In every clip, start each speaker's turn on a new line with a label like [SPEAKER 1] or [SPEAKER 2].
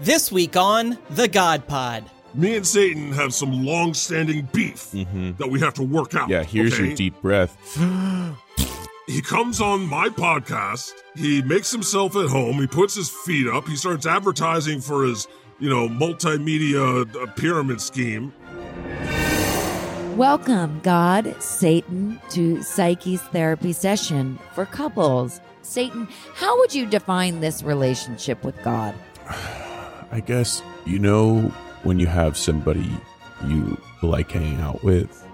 [SPEAKER 1] This week on The God Pod.
[SPEAKER 2] Me and Satan have some long-standing beef that we have to work out.
[SPEAKER 3] Mm-hmm. Yeah, here's
[SPEAKER 2] okay?
[SPEAKER 3] your deep breath.
[SPEAKER 2] He comes on my podcast. He makes himself at home. He puts his feet up. He starts advertising for his, you know, multimedia uh, pyramid scheme.
[SPEAKER 4] Welcome, God, Satan, to Psyche's therapy session for couples. Satan, how would you define this relationship with God?
[SPEAKER 3] I guess you know when you have somebody you like hanging out with,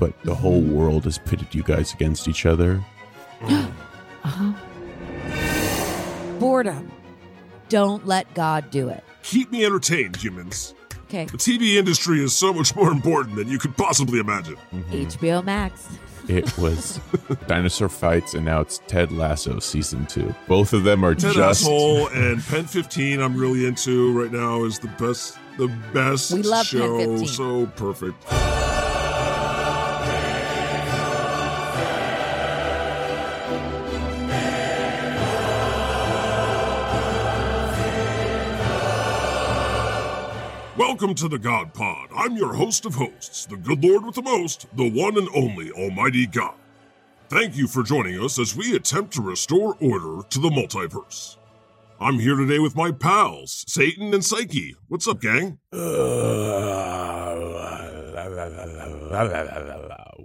[SPEAKER 3] but the whole world has pitted you guys against each other.
[SPEAKER 4] Uh-huh. Boredom. Don't let God do it.
[SPEAKER 2] Keep me entertained, humans.
[SPEAKER 4] Okay,
[SPEAKER 2] The TV industry is so much more important than you could possibly imagine.
[SPEAKER 4] HBO Max.
[SPEAKER 3] It was dinosaur fights, and now it's Ted Lasso season two. Both of them are
[SPEAKER 2] Ted
[SPEAKER 3] just
[SPEAKER 2] Asshole and Pen 15 I'm really into right now is the best the best
[SPEAKER 4] We love Pen
[SPEAKER 2] show.
[SPEAKER 4] 15.
[SPEAKER 2] So perfect. Welcome to the God Pod. I'm your host of hosts, the good Lord with the most, the one and only Almighty God. Thank you for joining us as we attempt to restore order to the multiverse. I'm here today with my pals, Satan and Psyche. What's up, gang?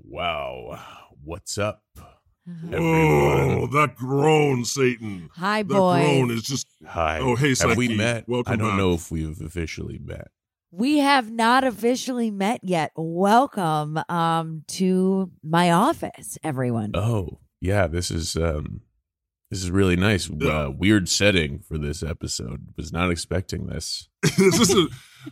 [SPEAKER 3] wow. What's up?
[SPEAKER 2] Oh, that groan, Satan.
[SPEAKER 4] Hi,
[SPEAKER 2] That
[SPEAKER 4] boy.
[SPEAKER 2] groan is just.
[SPEAKER 3] Hi.
[SPEAKER 2] Oh, hey,
[SPEAKER 3] Have we
[SPEAKER 2] Psyche.
[SPEAKER 3] met?
[SPEAKER 2] Welcome
[SPEAKER 3] I don't
[SPEAKER 2] back.
[SPEAKER 3] know if we've officially met.
[SPEAKER 4] We have not officially met yet. Welcome um, to my office, everyone.
[SPEAKER 3] Oh, yeah, this is um this is really nice.
[SPEAKER 2] Yeah.
[SPEAKER 3] Uh, weird setting for this episode. Was not expecting this.
[SPEAKER 2] this is a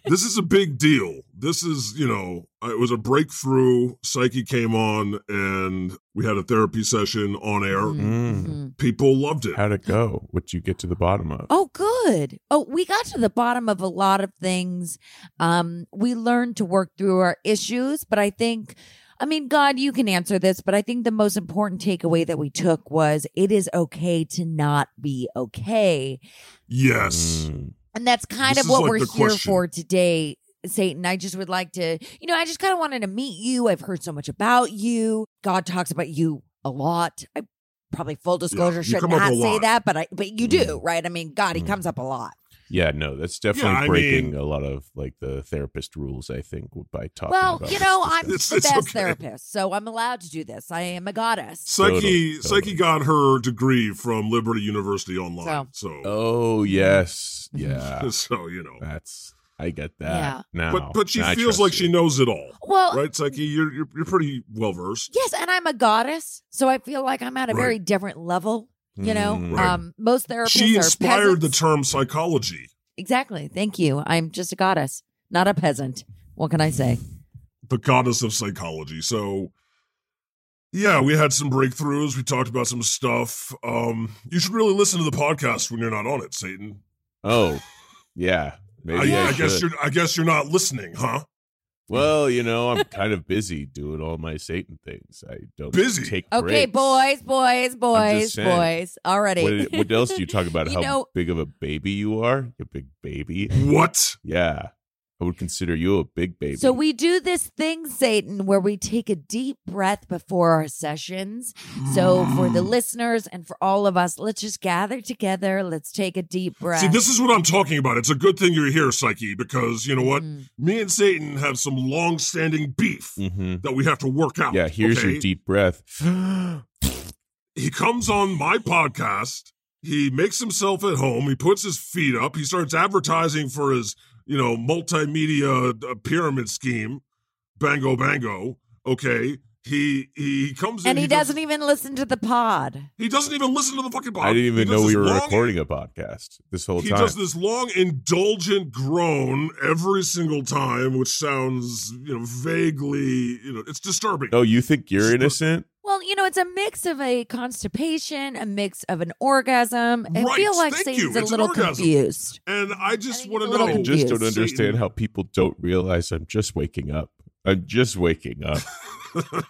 [SPEAKER 2] this is a big deal. This is you know uh, it was a breakthrough. Psyche came on and we had a therapy session on air.
[SPEAKER 3] Mm.
[SPEAKER 4] Mhm.
[SPEAKER 2] People loved it.
[SPEAKER 3] How'd it go? What'd you get to the bottom of?
[SPEAKER 4] Oh, good. Oh, we got to the bottom of a lot of things. Um, we learned to work through our issues, but I think, I mean, God, you can answer this, but I think the most important takeaway that we took was it is okay to not be okay.
[SPEAKER 2] Yes.
[SPEAKER 3] Mm.
[SPEAKER 4] And that's kind
[SPEAKER 2] This
[SPEAKER 4] of
[SPEAKER 2] is
[SPEAKER 4] what
[SPEAKER 2] like
[SPEAKER 4] we're
[SPEAKER 2] the
[SPEAKER 4] here
[SPEAKER 2] question.
[SPEAKER 4] for today, Satan. I just would like to, you know, I just kind of wanted to meet you. I've heard so much about you. God talks about you a lot. I probably full disclosure
[SPEAKER 2] you
[SPEAKER 4] should
[SPEAKER 2] come up
[SPEAKER 4] not
[SPEAKER 2] a
[SPEAKER 4] say
[SPEAKER 2] lot. Mm-hmm.
[SPEAKER 4] that, but I but you do, right? I mean, God, he
[SPEAKER 3] Mm.
[SPEAKER 4] comes up a lot.
[SPEAKER 3] Yeah, no, that's definitely
[SPEAKER 2] Yeah, I
[SPEAKER 3] breaking
[SPEAKER 2] mean-
[SPEAKER 3] a lot of like the therapist rules. I think by talking.
[SPEAKER 4] Well,
[SPEAKER 3] about
[SPEAKER 4] you
[SPEAKER 3] this
[SPEAKER 4] know,
[SPEAKER 3] stuff.
[SPEAKER 4] I'm
[SPEAKER 2] It's-
[SPEAKER 4] the
[SPEAKER 2] it's
[SPEAKER 4] best
[SPEAKER 2] okay.
[SPEAKER 4] therapist, so I'm allowed to do this. I am a goddess.
[SPEAKER 2] Psyche
[SPEAKER 3] Totally,
[SPEAKER 2] Psyche
[SPEAKER 3] totally.
[SPEAKER 2] got her degree from Liberty University online. So so,
[SPEAKER 3] Oh yes, yeah,
[SPEAKER 2] you know.
[SPEAKER 3] that's I get that
[SPEAKER 4] Yeah.
[SPEAKER 3] now.
[SPEAKER 2] But but she
[SPEAKER 3] Now I
[SPEAKER 2] feels
[SPEAKER 3] trust
[SPEAKER 2] like
[SPEAKER 3] you.
[SPEAKER 2] she knows it all,
[SPEAKER 4] Well,
[SPEAKER 2] right, Psyche? You're you're, you're pretty well versed.
[SPEAKER 4] yes, and I'm a goddess, so I feel like I'm at a
[SPEAKER 2] Right.
[SPEAKER 4] very different level. You know,
[SPEAKER 3] Mm.
[SPEAKER 2] Right.
[SPEAKER 4] um, most therapists
[SPEAKER 2] She
[SPEAKER 4] are
[SPEAKER 2] inspired the
[SPEAKER 4] peasants.
[SPEAKER 2] term psychology.
[SPEAKER 4] exactly. Thank you. I'm just a goddess, not a peasant. What can I say?
[SPEAKER 2] Mm, the goddess of psychology. So yeah, we had some breakthroughs. We talked about some stuff. Um, you should really listen to the podcast when you're not on it, Satan.
[SPEAKER 3] Oh, yeah. Maybe
[SPEAKER 2] I,
[SPEAKER 3] I,
[SPEAKER 2] I guess you're.
[SPEAKER 3] should.
[SPEAKER 2] I guess you're not listening, huh?
[SPEAKER 3] Well, you know, I'm kind of busy doing all my Satan things. I don't
[SPEAKER 2] Busy?
[SPEAKER 3] take
[SPEAKER 4] Okay,
[SPEAKER 3] breaks.
[SPEAKER 4] boys, boys, boys,
[SPEAKER 3] saying.
[SPEAKER 4] boys. Already.
[SPEAKER 3] What, what else do you talk about?
[SPEAKER 4] You
[SPEAKER 3] How
[SPEAKER 4] know-
[SPEAKER 3] big of a baby you are? You big baby.
[SPEAKER 2] What?
[SPEAKER 3] Yeah, I would consider you a big baby.
[SPEAKER 4] So we do this thing, Satan, where we take a deep breath before our sessions. So for
[SPEAKER 2] Mm.
[SPEAKER 4] the listeners and for all of us, let's just gather together. Let's take a deep breath.
[SPEAKER 2] See, this is what I'm talking about. It's a good thing you're here, Psyche, because you know what?
[SPEAKER 4] Mm.
[SPEAKER 2] Me and Satan have some long-standing beef
[SPEAKER 3] hmm
[SPEAKER 2] that we have to work out.
[SPEAKER 3] Yeah, here's
[SPEAKER 2] okay?
[SPEAKER 3] your deep breath.
[SPEAKER 2] he comes on my podcast. He makes himself at home. He puts his feet up. He starts advertising for his, you know, multimedia uh, pyramid scheme. Bango, bango. Okay. He he comes in.
[SPEAKER 4] and he
[SPEAKER 2] does-
[SPEAKER 4] doesn't e-, even listen to the pod.
[SPEAKER 2] He doesn't even listen to the fucking podcast.
[SPEAKER 3] I didn't even know we were recording
[SPEAKER 2] it
[SPEAKER 3] a podcast this whole
[SPEAKER 2] He
[SPEAKER 3] time.
[SPEAKER 2] does this long, indulgent groan every single time, which sounds, you know, vaguely, you know, it's disturbing.
[SPEAKER 3] oh, you think you're
[SPEAKER 2] Just-
[SPEAKER 3] innocent?
[SPEAKER 4] Well, you know, it's a mix of a constipation, a mix of an orgasm. I
[SPEAKER 2] Right,
[SPEAKER 4] feel like
[SPEAKER 2] thank you.
[SPEAKER 4] Satan's a
[SPEAKER 2] It's an
[SPEAKER 4] little
[SPEAKER 2] orgasm.
[SPEAKER 4] confused.
[SPEAKER 2] And I just
[SPEAKER 4] he's
[SPEAKER 2] want
[SPEAKER 4] a
[SPEAKER 2] to
[SPEAKER 4] little
[SPEAKER 2] know.
[SPEAKER 3] I just don't
[SPEAKER 4] Yes.
[SPEAKER 3] understand how people don't realize I'm just waking up. I'm just waking up.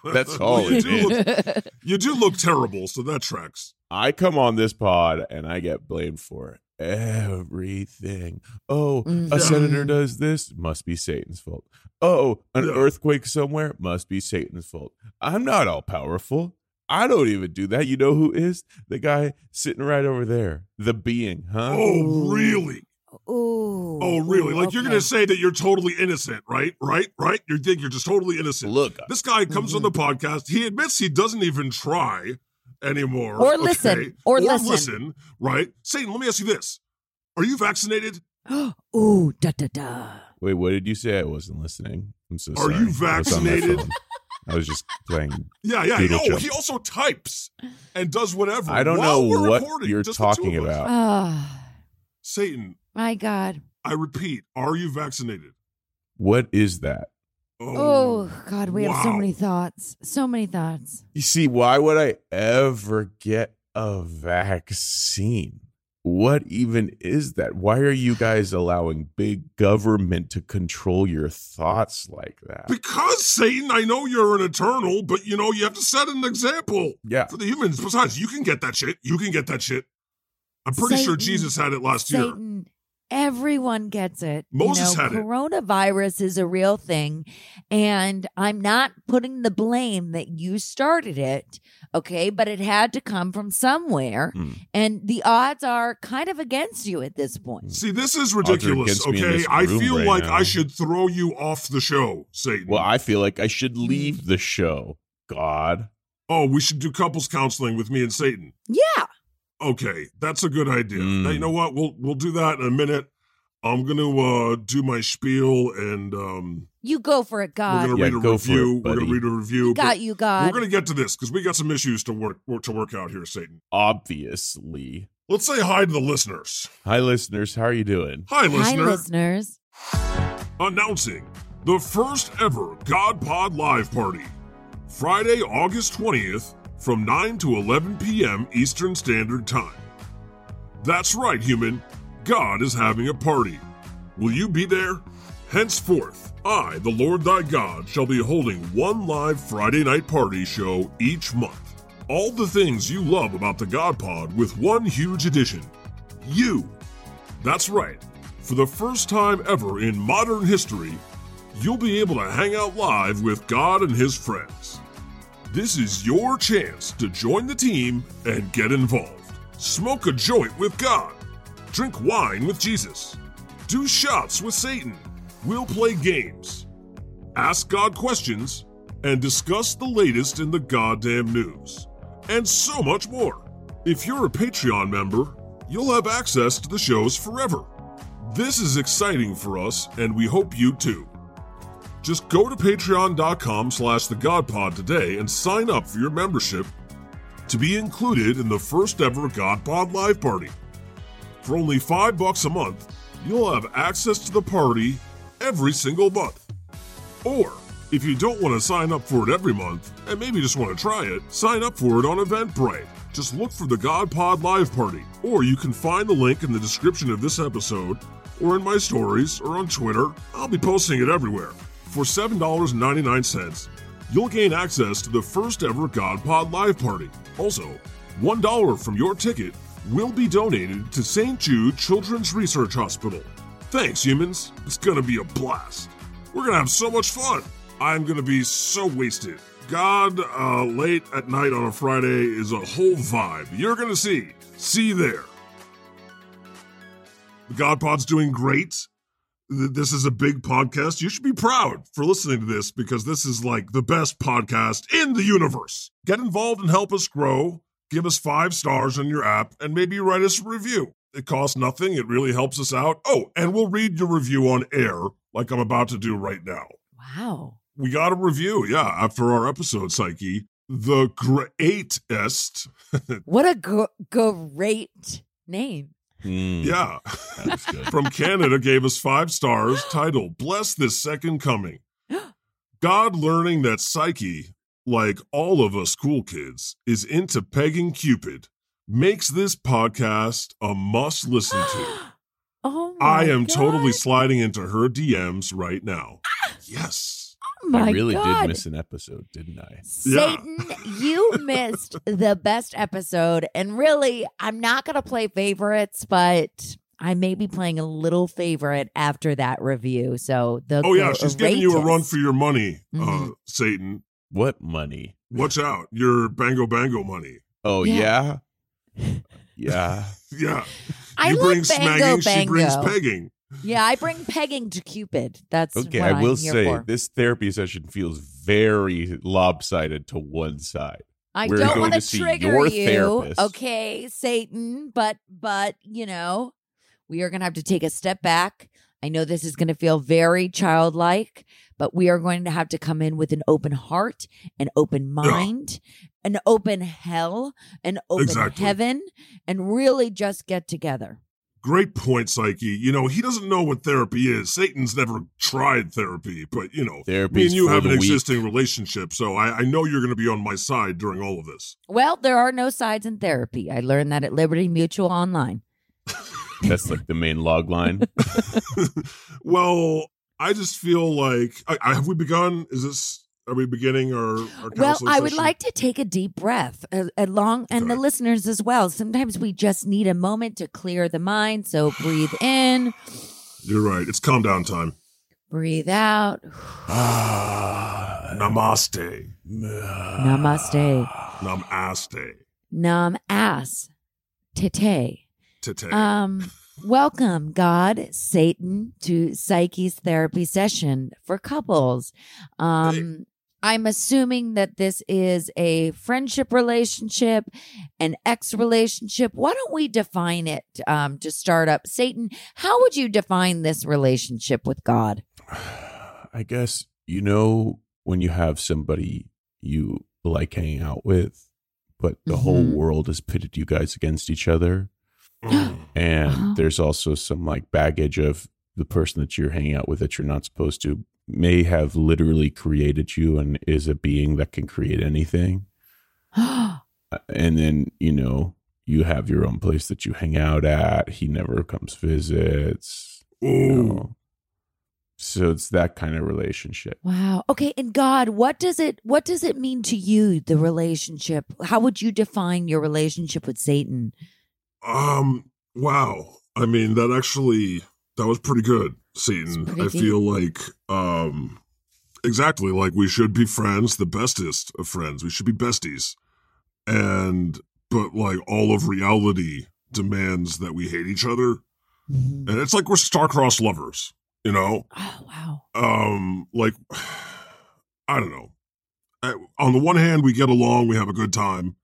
[SPEAKER 3] That's all
[SPEAKER 2] you
[SPEAKER 3] it
[SPEAKER 2] do look- you do look terrible, so that tracks.
[SPEAKER 3] I come on this pod and I get blamed for it. everything. Oh, a
[SPEAKER 4] Mhm.
[SPEAKER 3] senator does this, must be Satan's fault. Oh, an
[SPEAKER 2] Mm-hmm. Yeah.
[SPEAKER 3] earthquake somewhere, must be Satan's fault. I'm not all powerful. I don't even do that. You know who is? The guy sitting right over there. The being, huh?
[SPEAKER 2] Oh, really?
[SPEAKER 4] Ooh.
[SPEAKER 2] Oh, really?
[SPEAKER 4] Ooh,
[SPEAKER 2] Like, you're
[SPEAKER 4] okay.
[SPEAKER 2] going to say that you're totally innocent, right? Right? Right? You think you're just totally innocent.
[SPEAKER 3] Look,
[SPEAKER 2] This guy comes on the
[SPEAKER 3] Mm-hmm.
[SPEAKER 2] podcast. He admits he doesn't even try anymore.
[SPEAKER 4] Or listen. Or listen.
[SPEAKER 2] Right? Satan, let me ask you this. Are you vaccinated?
[SPEAKER 4] Ooh, da da da.
[SPEAKER 3] Wait, what did you say? I wasn't listening. I'm so
[SPEAKER 2] Are
[SPEAKER 3] sorry.
[SPEAKER 2] you
[SPEAKER 3] I was on my
[SPEAKER 2] vaccinated?
[SPEAKER 3] phone. I was just playing.
[SPEAKER 2] Yeah, yeah.
[SPEAKER 3] Doodle
[SPEAKER 2] Oh,
[SPEAKER 3] jump.
[SPEAKER 2] he also types and does whatever.
[SPEAKER 3] I don't
[SPEAKER 2] while
[SPEAKER 3] know
[SPEAKER 2] we're
[SPEAKER 3] what
[SPEAKER 2] recording,
[SPEAKER 3] you're
[SPEAKER 2] just the two
[SPEAKER 3] talking
[SPEAKER 2] of us.
[SPEAKER 3] about.
[SPEAKER 4] Oh,
[SPEAKER 2] Satan,
[SPEAKER 4] my God.
[SPEAKER 2] I repeat, are you vaccinated?
[SPEAKER 3] What is that?
[SPEAKER 4] Oh, God. We have so
[SPEAKER 2] wow.
[SPEAKER 4] many thoughts. So many thoughts.
[SPEAKER 3] You see, why would I ever get a vaccine? What even is that? Why are you guys allowing big government to control your thoughts like that?
[SPEAKER 2] Because Satan, I know you're an eternal, but you know you have to set an example
[SPEAKER 3] Yeah.
[SPEAKER 2] for the humans. Besides, you can get that shit. You can get that shit. I'm pretty sure
[SPEAKER 4] Satan.
[SPEAKER 2] Jesus had it last year.
[SPEAKER 4] Satan. Everyone gets it. You
[SPEAKER 2] Moses
[SPEAKER 4] know,
[SPEAKER 2] had it.
[SPEAKER 4] Coronavirus is a real thing. And I'm not putting the blame that you started it. Okay. But it had to come from somewhere.
[SPEAKER 3] Hmm.
[SPEAKER 4] And the odds are kind of against you at this point.
[SPEAKER 2] See, this is
[SPEAKER 3] Odds are
[SPEAKER 2] ridiculous.
[SPEAKER 3] against me in
[SPEAKER 2] Okay,
[SPEAKER 3] this
[SPEAKER 2] I
[SPEAKER 3] room
[SPEAKER 2] feel
[SPEAKER 3] right
[SPEAKER 2] like
[SPEAKER 3] now.
[SPEAKER 2] I should throw you off the show, Satan.
[SPEAKER 3] Well, I feel like I should
[SPEAKER 2] Mm-hmm.
[SPEAKER 3] leave the show. God.
[SPEAKER 2] oh, we should do couples counseling with me and Satan.
[SPEAKER 4] Yeah.
[SPEAKER 2] Okay, that's a good idea.
[SPEAKER 3] Mm.
[SPEAKER 2] Now, you know what? We'll we'll do that in a minute. I'm gonna uh, do my spiel, and um,
[SPEAKER 4] You go for it,
[SPEAKER 2] we're
[SPEAKER 4] God.
[SPEAKER 2] gonna
[SPEAKER 3] Yeah,
[SPEAKER 2] read a
[SPEAKER 3] go for it,
[SPEAKER 2] review. we're gonna
[SPEAKER 3] buddy.
[SPEAKER 2] read a review. but-
[SPEAKER 4] Got Uh, you, God.
[SPEAKER 2] We're gonna get to this because we got some issues to work, work to work out here, Satan.
[SPEAKER 3] Obviously.
[SPEAKER 2] Let's say hi to the listeners.
[SPEAKER 3] Hi, listeners. How are you doing?
[SPEAKER 2] Hi,
[SPEAKER 4] Hi,
[SPEAKER 2] listener.
[SPEAKER 4] listeners.
[SPEAKER 2] Announcing the first ever God Pod Live Party, Friday, August twentieth, from nine to eleven p.m. Eastern Standard Time. That's right, human. God is having a party. Will you be there? Henceforth, I, the Lord thy God, shall be holding one live Friday night party show each month. All the things you love about the God Pod with one huge addition you. That's right. For the first time ever in modern history, you'll be able to hang out live with God and his friends. This is your chance to join the team and get involved. Smoke a joint with God. Drink wine with Jesus. Do shots with Satan. We'll play games. Ask God questions and discuss the latest in the goddamn news. And so much more. If you're a Patreon member, you'll have access to the shows forever. This is exciting for us, and we hope you too. Just go to patreon.com slash the godpod today and sign up for your membership to be included in the first ever godpod live party. For only five bucks a month, you'll have access to the party every single month. Or, if you don't want to sign up for it every month, and maybe just want to try it, sign up for it on Eventbrite. Just look for the God Pod Live Party, or you can find the link in the description of this episode, or in my stories, or on Twitter. I'll be posting it everywhere. For $7.99, you'll gain access to the first ever God Pod Live Party. Also, $1 from your ticket will be donated to St. Jude Children's Research Hospital. Thanks, humans. It's gonna be a blast. We're gonna have so much fun. I'm gonna be so wasted. God, uh, late at night on a Friday is a whole vibe. You're gonna see. See you there. The God Pod's doing great. Th- This is a big podcast. You should be proud for listening to this because this is like the best podcast in the universe. Get involved and help us grow. Give us five stars on your app and maybe write us a review. It costs nothing. It really helps us out. Oh, and we'll read your review on air like I'm about to do right now.
[SPEAKER 4] Wow.
[SPEAKER 2] We got a review, yeah, after our episode, Psyche. The greatest,
[SPEAKER 4] What a gr- great name.
[SPEAKER 3] Mm,
[SPEAKER 2] yeah,
[SPEAKER 3] That was good.
[SPEAKER 2] from Canada gave us five stars, titled Bless This Second Coming. God learning that Psyche, like all of us cool kids, is into pegging Cupid makes this podcast a must listen to.
[SPEAKER 4] oh, my
[SPEAKER 2] I am totally
[SPEAKER 4] God.
[SPEAKER 2] sliding into her DMs right now. Yes.
[SPEAKER 4] my
[SPEAKER 3] I really
[SPEAKER 4] God.
[SPEAKER 3] did miss an episode, didn't I?
[SPEAKER 2] Yeah.
[SPEAKER 4] Satan, you missed the best episode. And really, I'm not going to play favorites, but I may be playing a little favorite after that review. So the
[SPEAKER 2] Oh yeah,
[SPEAKER 4] the
[SPEAKER 2] she's giving you a run
[SPEAKER 4] ratus-
[SPEAKER 2] for your money, uh,
[SPEAKER 4] Mhm.
[SPEAKER 2] Satan.
[SPEAKER 3] What money?
[SPEAKER 2] Watch out, your bango bango money.
[SPEAKER 3] Oh yeah.
[SPEAKER 4] Yeah.
[SPEAKER 3] Yeah.
[SPEAKER 2] Yeah,
[SPEAKER 4] I
[SPEAKER 2] you
[SPEAKER 4] like
[SPEAKER 2] bring
[SPEAKER 4] bango,
[SPEAKER 2] snagging, she brings
[SPEAKER 4] bango.
[SPEAKER 2] pegging.
[SPEAKER 4] Yeah, I bring pegging to Cupid. That's
[SPEAKER 3] Okay,
[SPEAKER 4] what
[SPEAKER 3] I will
[SPEAKER 4] I'm here
[SPEAKER 3] say
[SPEAKER 4] for.
[SPEAKER 3] this therapy session feels very lopsided to one side.
[SPEAKER 4] I
[SPEAKER 3] we're
[SPEAKER 4] don't
[SPEAKER 3] going
[SPEAKER 4] want
[SPEAKER 3] to see
[SPEAKER 4] trigger
[SPEAKER 3] your
[SPEAKER 4] you,
[SPEAKER 3] therapist.
[SPEAKER 4] okay, Satan. But but you know, we are going to have to take a step back. I know this is going to feel very childlike, but we are going to have to come in with an open heart, an open mind, an open hell, an open
[SPEAKER 2] Exactly.
[SPEAKER 4] heaven, and really just get together.
[SPEAKER 2] Great point, Psyche. You know he doesn't know what therapy is. Satan's never tried therapy, but you know
[SPEAKER 3] Therapy
[SPEAKER 2] me and you have an
[SPEAKER 3] the weak.
[SPEAKER 2] existing relationship, so I, I know you're going to be on my side during all of this.
[SPEAKER 4] Well, there are no sides in therapy. I learned that at Liberty Mutual Online.
[SPEAKER 3] That's like the main log line.
[SPEAKER 2] well, I just feel like I, I, have we begun? Is this are we beginning our? our
[SPEAKER 4] Well,
[SPEAKER 2] counseling
[SPEAKER 4] I would
[SPEAKER 2] session?
[SPEAKER 4] like to take a deep breath a- along and the
[SPEAKER 2] Sorry.
[SPEAKER 4] listeners as well. Sometimes we just need a moment to clear the mind. So breathe in,
[SPEAKER 2] You're right. It's calm down time.
[SPEAKER 4] breathe out.
[SPEAKER 2] Namaste. Ah.
[SPEAKER 4] Namaste.
[SPEAKER 2] Namaste.
[SPEAKER 4] Nam ass. Tete.
[SPEAKER 2] Today.
[SPEAKER 4] Um, welcome, God, Satan, to Psyche's therapy session for couples. Um, I'm assuming that this is a friendship relationship, an ex relationship. Why don't we define it um, to start up? Satan, how would you define this relationship with God?
[SPEAKER 3] I guess you know when you have somebody you like hanging out with, but the whole
[SPEAKER 4] Mhm.
[SPEAKER 3] world has pitted you guys against each other.
[SPEAKER 2] Mm.
[SPEAKER 3] And
[SPEAKER 4] Uh-huh.
[SPEAKER 3] there's also some like baggage of the person that you're hanging out with that you're not supposed to may have literally created you and is a being that can create anything. Uh, And then, you know, you have your own place that you hang out at. He never comes visits. you
[SPEAKER 2] Ooh.
[SPEAKER 3] know. So it's that kind of relationship.
[SPEAKER 4] wow. Okay, and God, what does it what does it mean to you, the relationship? How would you define your relationship with Satan?
[SPEAKER 2] Um. Wow. I mean, that actually that was pretty good, Satan.
[SPEAKER 4] It's pretty
[SPEAKER 2] I feel like um, exactly like we should be friends, the bestest of friends. We should be besties, and but like all of reality demands that we hate each other,
[SPEAKER 4] Mhm.
[SPEAKER 2] and it's like we're star-crossed lovers. You know,
[SPEAKER 4] Oh wow.
[SPEAKER 2] um like i don't know I, on the one hand we get along we have a good time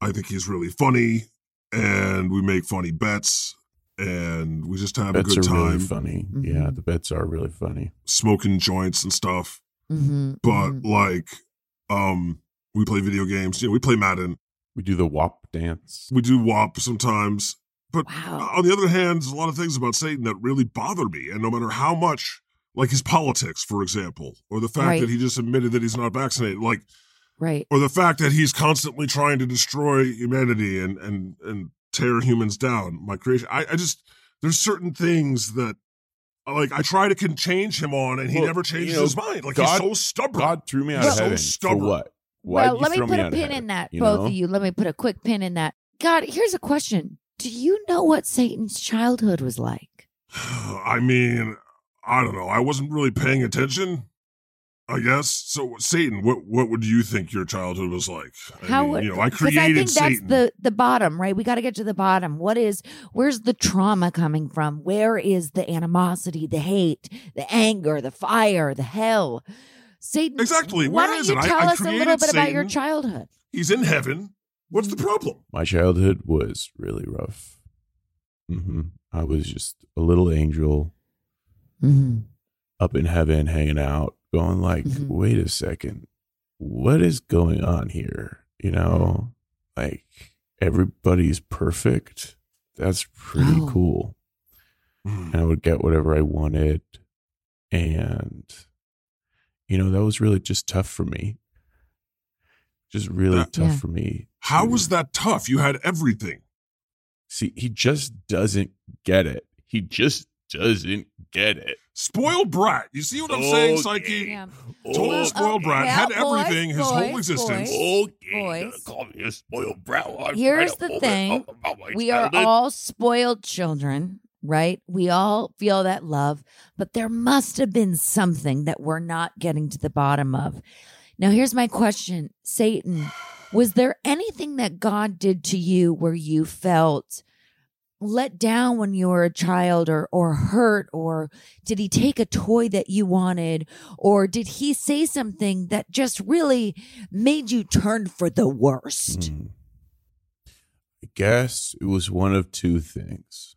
[SPEAKER 2] i think he's really funny and we make funny bets and we just have
[SPEAKER 3] Bets
[SPEAKER 2] a good
[SPEAKER 3] are
[SPEAKER 2] time Mm-hmm.
[SPEAKER 3] really funny. Yeah,
[SPEAKER 4] Mhm.
[SPEAKER 3] the bets are really funny.
[SPEAKER 2] smoking joints and stuff
[SPEAKER 4] Mm-hmm.
[SPEAKER 2] but like um we play video games you know we play madden
[SPEAKER 3] We do the WAP dance.
[SPEAKER 2] we do wop sometimes
[SPEAKER 3] Oh.
[SPEAKER 4] wow.
[SPEAKER 2] on the other hand there's a lot of things about satan that really bother me and no matter how much like his politics for example or the fact
[SPEAKER 4] Right.
[SPEAKER 2] that he just admitted that he's not vaccinated like
[SPEAKER 4] Right.
[SPEAKER 2] or the fact that he's constantly trying to destroy humanity and and and tear humans down my creation i, I just there's certain things that like i try to can change him on and he
[SPEAKER 3] Well,
[SPEAKER 2] never changes
[SPEAKER 3] you know,
[SPEAKER 2] his mind like
[SPEAKER 3] God-
[SPEAKER 2] he's so stubborn
[SPEAKER 3] God threw me out
[SPEAKER 2] You're
[SPEAKER 3] of
[SPEAKER 2] Mm-hmm. so
[SPEAKER 3] heaven
[SPEAKER 2] stubborn.
[SPEAKER 3] for what? Why
[SPEAKER 4] Well, let me put a pin in that, both of you. Let me put a quick pin in that. God, here's a question. Do you know what Satan's childhood was like?
[SPEAKER 2] i mean i don't know i wasn't really paying attention i guess so satan what what would you think your childhood was like I mean,
[SPEAKER 4] would-
[SPEAKER 2] you know i
[SPEAKER 4] 'cause I
[SPEAKER 2] created
[SPEAKER 4] think that's
[SPEAKER 2] satan
[SPEAKER 4] the the bottom, right? We got to get to the bottom. What is where's the trauma coming from? Where is the animosity, the hate, the anger, the fire, the hell? Satan.
[SPEAKER 2] Exactly.
[SPEAKER 4] Why
[SPEAKER 2] Where
[SPEAKER 4] don't
[SPEAKER 2] is
[SPEAKER 4] you
[SPEAKER 2] it? I-
[SPEAKER 4] tell
[SPEAKER 2] I
[SPEAKER 4] us a little
[SPEAKER 2] created
[SPEAKER 4] bit about your
[SPEAKER 2] Satan.
[SPEAKER 4] childhood?
[SPEAKER 2] he's in heaven what's the problem
[SPEAKER 3] My childhood was really rough. hmm I was just a little angel
[SPEAKER 4] Mm-hmm.
[SPEAKER 3] up in heaven, hanging out, going like,
[SPEAKER 4] Mhm.
[SPEAKER 3] "Wait a second, what is going on here?" You know, like everybody's perfect. That's pretty
[SPEAKER 4] Oh.
[SPEAKER 3] cool. and I would get whatever I wanted. And, you know, that was really just tough for me. Just really
[SPEAKER 2] Yeah.
[SPEAKER 3] tough
[SPEAKER 4] Uh, Yeah.
[SPEAKER 3] for me.
[SPEAKER 2] How
[SPEAKER 3] to-
[SPEAKER 2] was that tough? You had everything.
[SPEAKER 3] See, he just doesn't get it. He just doesn't get it.
[SPEAKER 2] Spoiled brat. You see what I'm saying,
[SPEAKER 3] Okay.
[SPEAKER 2] Psyche?
[SPEAKER 4] Yeah.
[SPEAKER 2] Total
[SPEAKER 3] Oh,
[SPEAKER 4] Well,
[SPEAKER 2] spoiled
[SPEAKER 4] okay.
[SPEAKER 2] brat.
[SPEAKER 4] Well,
[SPEAKER 2] had
[SPEAKER 4] boys,
[SPEAKER 2] everything his
[SPEAKER 4] boys,
[SPEAKER 2] whole existence.
[SPEAKER 4] boys.
[SPEAKER 3] Okay,
[SPEAKER 4] Boys.
[SPEAKER 3] call me a spoiled brat. I'm
[SPEAKER 4] Here's
[SPEAKER 3] right
[SPEAKER 4] the
[SPEAKER 3] over-
[SPEAKER 4] thing.
[SPEAKER 3] up about my
[SPEAKER 4] we are
[SPEAKER 3] childhood.
[SPEAKER 4] all spoiled children, right? We all feel that love, but there must have been something that we're not getting to the bottom of. Now, here's my question Satan, was there anything that God did to you where you felt let down when you were a child or, or hurt? Or did he take a toy that you wanted? Or did he say something that just really made you turn for the worst?
[SPEAKER 3] Hmm. I guess it was one of two things.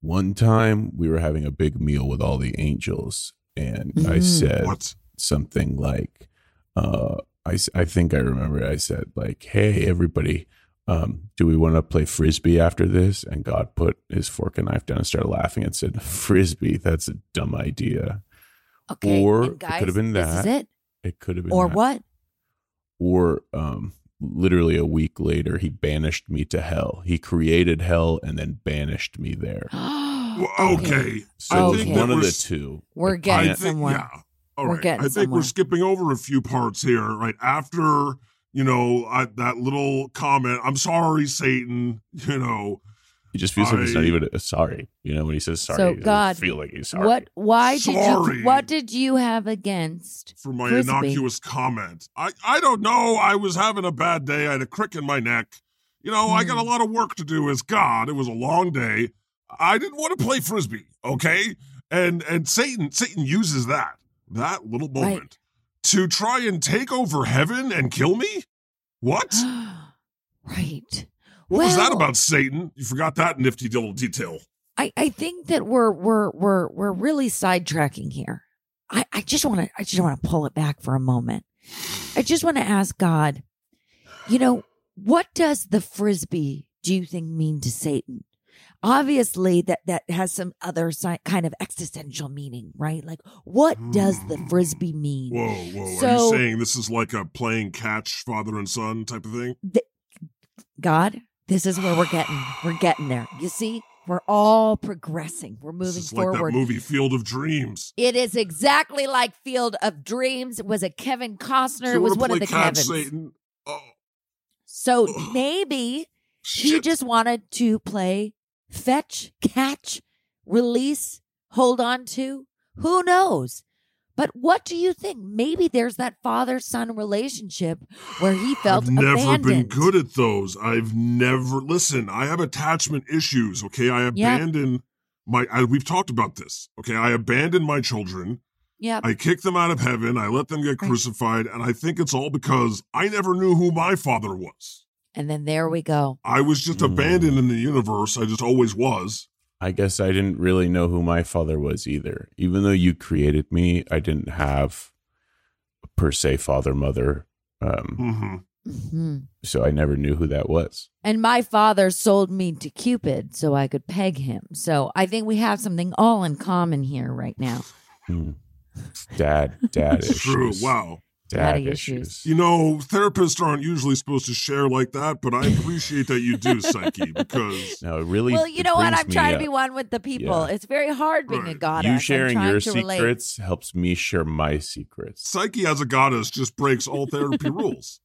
[SPEAKER 3] One time we were having a big meal with all the angels, and I
[SPEAKER 4] Mhm.
[SPEAKER 3] said
[SPEAKER 2] What?
[SPEAKER 3] something like, uh, I, s- I think I remember I said, like, hey, everybody, um, do we want to play frisbee after this? And God put his fork and knife down and started laughing and said, frisbee, that's a dumb idea.
[SPEAKER 4] Okay.
[SPEAKER 3] Or
[SPEAKER 4] and
[SPEAKER 3] it
[SPEAKER 4] guys,
[SPEAKER 3] could've been
[SPEAKER 4] This is
[SPEAKER 3] that.
[SPEAKER 4] it.
[SPEAKER 3] It could have been
[SPEAKER 4] Or
[SPEAKER 3] that.
[SPEAKER 4] what?
[SPEAKER 3] or um, literally a week later, he banished me to hell. He created hell and then banished me there.
[SPEAKER 2] Well,
[SPEAKER 4] Okay.
[SPEAKER 2] okay.
[SPEAKER 3] So
[SPEAKER 4] I
[SPEAKER 3] it was one
[SPEAKER 4] think
[SPEAKER 2] that
[SPEAKER 3] of
[SPEAKER 2] we're
[SPEAKER 3] the
[SPEAKER 2] s-
[SPEAKER 3] two.
[SPEAKER 4] We're
[SPEAKER 3] I
[SPEAKER 4] getting
[SPEAKER 3] can't-
[SPEAKER 4] some- somewhere.
[SPEAKER 2] Yeah. All
[SPEAKER 4] We're
[SPEAKER 2] right.
[SPEAKER 4] getting
[SPEAKER 2] I think
[SPEAKER 4] somewhere.
[SPEAKER 2] we're skipping over a few parts here. Right after you know I, that little comment. I'm sorry, Satan. You know
[SPEAKER 3] It just feels like he's not
[SPEAKER 2] I-
[SPEAKER 3] even a sorry. You know, when he says sorry,
[SPEAKER 4] So,
[SPEAKER 3] it doesn't
[SPEAKER 4] God,
[SPEAKER 3] feel like he's sorry.
[SPEAKER 4] What? Why did
[SPEAKER 2] Sorry.
[SPEAKER 4] you? What did you have against?
[SPEAKER 2] for my
[SPEAKER 4] Frisbee.
[SPEAKER 2] innocuous comment. I I don't know. I was having a bad day. I had a crick in my neck. You know I got
[SPEAKER 4] Mm.
[SPEAKER 2] a lot of work to do as God. It was a long day. I didn't want to play frisbee. Okay. And and Satan Satan uses that that little
[SPEAKER 4] Right.
[SPEAKER 2] moment to try and take over heaven and kill me. What?
[SPEAKER 4] right.
[SPEAKER 2] What was that
[SPEAKER 4] Well-
[SPEAKER 2] about, Satan? You forgot that nifty little detail.
[SPEAKER 4] I I think that we're we're we're we're really sidetracking here. I I just want to I just want to pull it back for a moment. I just want to ask God, you know, what does the frisbee do you think mean to Satan? Obviously, that that has some other si- kind of existential meaning, right? Like, what does the
[SPEAKER 2] Hmm.
[SPEAKER 4] frisbee mean?
[SPEAKER 2] Whoa, whoa. Are you
[SPEAKER 4] So-
[SPEAKER 2] saying this is like a playing catch, father and son type of thing?
[SPEAKER 4] God, this is where we're getting. We're getting there. You see, we're all progressing. We're moving
[SPEAKER 2] this is like
[SPEAKER 4] forward.
[SPEAKER 2] that movie Field of Dreams.
[SPEAKER 4] It is exactly like Field of Dreams. It was a Kevin Costner.
[SPEAKER 2] Do
[SPEAKER 4] it
[SPEAKER 2] you
[SPEAKER 4] was
[SPEAKER 2] wanna
[SPEAKER 4] one
[SPEAKER 2] play
[SPEAKER 4] of the
[SPEAKER 2] catch,
[SPEAKER 4] Kevins.
[SPEAKER 2] Satan? Oh,
[SPEAKER 4] So
[SPEAKER 2] Ugh.
[SPEAKER 4] maybe he
[SPEAKER 2] shit.
[SPEAKER 4] just wanted to play fetch, catch, release, hold on to. Who knows? But what do you think? Maybe there's that father son relationship where he felt
[SPEAKER 2] I've never been
[SPEAKER 4] abandoned.
[SPEAKER 2] good at those. I've never listen. I have attachment issues. Okay, I
[SPEAKER 4] Yeah.
[SPEAKER 2] abandon my. I, we've talked about this. Okay, I abandon my children.
[SPEAKER 4] yeah.
[SPEAKER 2] I kick them out of heaven. I let them get
[SPEAKER 4] Right.
[SPEAKER 2] crucified, and I think it's all because I never knew who my father was.
[SPEAKER 4] And then there we go.
[SPEAKER 2] I was just
[SPEAKER 3] Mm.
[SPEAKER 2] abandoned in the universe. I just always was.
[SPEAKER 3] I guess I didn't really know who my father was either. Even though you created me, I didn't have a per se father, mother. Um,
[SPEAKER 2] hmm
[SPEAKER 4] hmm
[SPEAKER 3] so I never knew who that was.
[SPEAKER 4] And my father sold me to Cupid so I could peg him. So I think we have something all in common here right now.
[SPEAKER 3] Hmm. Dad, dad
[SPEAKER 2] It's true.
[SPEAKER 3] issues.
[SPEAKER 2] Wow.
[SPEAKER 3] Dad
[SPEAKER 4] Daddy issues.
[SPEAKER 3] issues.
[SPEAKER 2] You know, therapists aren't usually supposed to share like that, but I appreciate that you do, Psyche, because
[SPEAKER 3] No, it really.
[SPEAKER 4] Well, you
[SPEAKER 3] it
[SPEAKER 4] know what?
[SPEAKER 3] brings
[SPEAKER 4] I'm
[SPEAKER 3] me
[SPEAKER 4] trying to
[SPEAKER 3] up.
[SPEAKER 4] be one with the people.
[SPEAKER 3] Yeah.
[SPEAKER 4] It's very hard being a
[SPEAKER 2] Right.
[SPEAKER 4] goddess.
[SPEAKER 3] You
[SPEAKER 4] I'm
[SPEAKER 3] sharing
[SPEAKER 4] trying
[SPEAKER 3] your
[SPEAKER 4] to relate.
[SPEAKER 3] secrets helps me share my secrets.
[SPEAKER 2] Psyche as a goddess just breaks all therapy rules,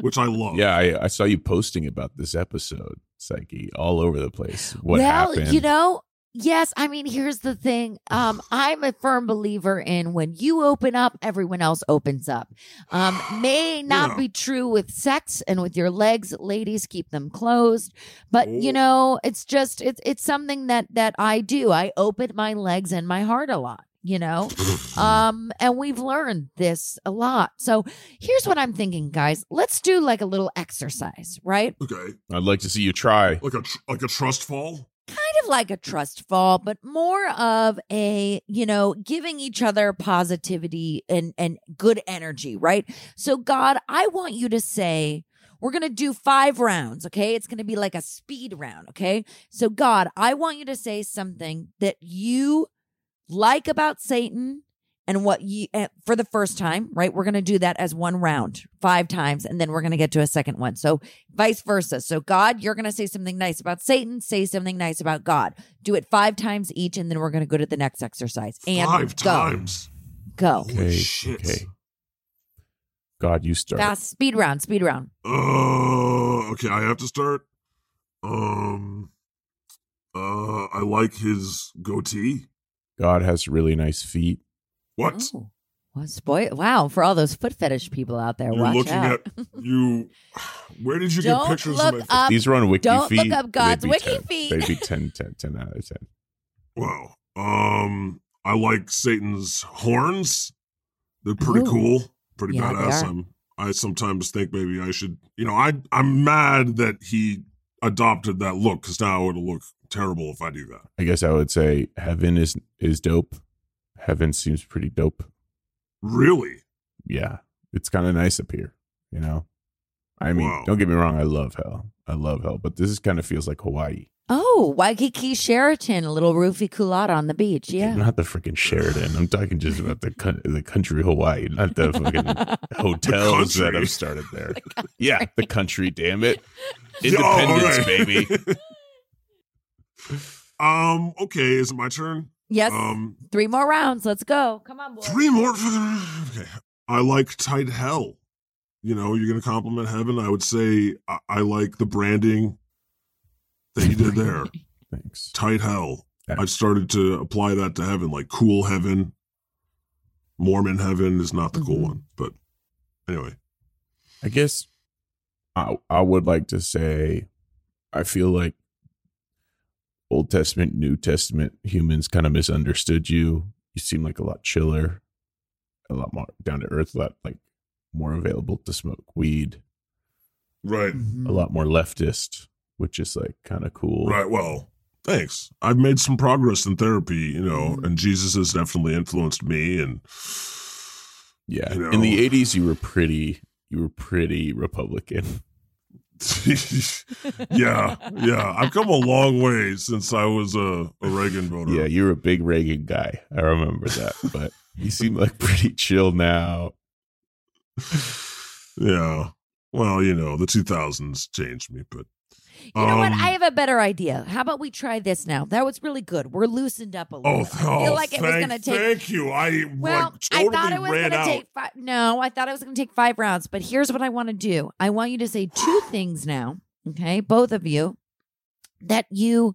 [SPEAKER 2] which I love.
[SPEAKER 3] Yeah, I, I saw you posting about this episode, Psyche, all over the place. What
[SPEAKER 4] well,
[SPEAKER 3] happened?
[SPEAKER 4] you know, yes. I mean, here's the thing. Um, I'm a firm believer in when you open up, everyone else opens up. Um, may not
[SPEAKER 2] Yeah.
[SPEAKER 4] be true with sex and with your legs, ladies. Keep them closed. But
[SPEAKER 2] Oh.
[SPEAKER 4] you know, it's just it's it's something that that I do. I open my legs and my heart a lot. You know, um, and we've learned this a lot. So here's what I'm thinking, guys. Let's do like a little exercise, right?
[SPEAKER 2] Okay.
[SPEAKER 3] I'd like to see you try.
[SPEAKER 2] Like a tr- like a trust fall.
[SPEAKER 4] kind of like a trust fall, but more of a, you know, giving each other positivity and and good energy, right? So God, I want you to say we're going to do 5 rounds, okay? It's going to be like a speed round, okay? So God, I want you to say something that you like about Satan and what you eh, for the first time, right? We're going to do that as one round, five times, and then we're going to get to a second one. So vice versa. So God, you're going to say something nice about Satan, say something nice about God. Do it five times each, and then we're going to go to the next exercise. And
[SPEAKER 2] Five
[SPEAKER 4] go,
[SPEAKER 2] times.
[SPEAKER 4] go.
[SPEAKER 2] Holy shit.
[SPEAKER 3] God, you start.
[SPEAKER 4] Fast speed round, speed round.
[SPEAKER 2] Uh, okay, I have to start. Um, uh, I like his goatee.
[SPEAKER 3] God has really nice feet.
[SPEAKER 2] What?
[SPEAKER 4] Oh, well, spoil- wow, for all those foot fetish people out there,
[SPEAKER 2] You're
[SPEAKER 4] watch
[SPEAKER 2] looking
[SPEAKER 4] out.
[SPEAKER 2] at you. Where did you
[SPEAKER 4] Don't
[SPEAKER 2] get pictures
[SPEAKER 4] look
[SPEAKER 2] of my?
[SPEAKER 4] up.
[SPEAKER 3] These are on Wiki
[SPEAKER 4] don't
[SPEAKER 3] Feet.
[SPEAKER 4] look up God's
[SPEAKER 3] They'd be
[SPEAKER 4] Wiki
[SPEAKER 3] 10
[SPEAKER 4] Feet.
[SPEAKER 3] They'd be 10, 10, 10 out of 10.
[SPEAKER 2] Wow. Um, I like Satan's horns. They're pretty
[SPEAKER 4] Ooh.
[SPEAKER 2] cool, pretty
[SPEAKER 4] Yeah, they
[SPEAKER 2] badass.
[SPEAKER 4] are.
[SPEAKER 2] I'm, I sometimes think maybe I should, you know, I I'm mad that he adopted that look because now it'll look terrible if I do that.
[SPEAKER 3] I guess I would say heaven is is dope. Heaven seems pretty dope.
[SPEAKER 2] Really?
[SPEAKER 3] Yeah, it's kind of nice up here. You know, I mean,
[SPEAKER 2] Wow.
[SPEAKER 3] don't get me wrong. I love hell. I love hell, but this is kind of feels like Hawaii.
[SPEAKER 4] Oh, Waikiki Sheraton, a little roofie culotta on the beach. Yeah.
[SPEAKER 3] Not the freaking Sheridan. I'm talking just about the coun- the country Hawaii, not the fucking hotels
[SPEAKER 2] The
[SPEAKER 3] that
[SPEAKER 2] country.
[SPEAKER 3] have started there. yeah, the country. Damn it,
[SPEAKER 2] Yeah, all
[SPEAKER 3] independence,
[SPEAKER 2] right.
[SPEAKER 3] baby.
[SPEAKER 2] Um. Okay. Is it my turn?
[SPEAKER 4] yes.
[SPEAKER 2] Um.
[SPEAKER 4] three more rounds. Let's go. Come on, boy.
[SPEAKER 2] Three more. Okay. I like tight hell. You know, you're gonna compliment heaven. I would say I, I like the branding that you did there.
[SPEAKER 3] Thanks.
[SPEAKER 2] tight hell.
[SPEAKER 3] Yeah.
[SPEAKER 2] I've started to apply that to heaven, like cool heaven. Mormon heaven is not the cool
[SPEAKER 4] Mhm.
[SPEAKER 2] one, but anyway,
[SPEAKER 3] I guess I I would like to say I feel like Old Testament, New Testament humans kind of misunderstood you. You seem like a lot chiller, a lot more down to earth, a lot like more available to smoke weed,
[SPEAKER 2] right,
[SPEAKER 3] a lot more leftist, which is like kind of cool.
[SPEAKER 2] right. Well, thanks. I've made some progress in therapy, you know,
[SPEAKER 4] Mhm.
[SPEAKER 2] and Jesus has definitely influenced me. And
[SPEAKER 3] Yeah.
[SPEAKER 2] You
[SPEAKER 3] In the
[SPEAKER 2] know.
[SPEAKER 3] eighties you were pretty you were pretty Republican.
[SPEAKER 2] yeah, yeah, I've come a long way since I was a, a Reagan voter.
[SPEAKER 3] Yeah, you were a big Reagan guy. I remember that. But you seem like pretty chill now.
[SPEAKER 2] yeah. Well, you know, the 2000s changed me, but
[SPEAKER 4] You know what?
[SPEAKER 2] Um,
[SPEAKER 4] I have a better idea. How about we try this now? That was really good. We're loosened up a little.
[SPEAKER 2] Oh,
[SPEAKER 4] bit. I feel
[SPEAKER 2] oh,
[SPEAKER 4] like it was
[SPEAKER 2] thank,
[SPEAKER 4] going to take.
[SPEAKER 2] Thank you. I
[SPEAKER 4] Well,
[SPEAKER 2] like, totally
[SPEAKER 4] I thought it was
[SPEAKER 2] ran
[SPEAKER 4] going to
[SPEAKER 2] out.
[SPEAKER 4] take five. No, I thought it was going to take five rounds. But here's what I want to do I want you to say two things now, okay? Both of you that you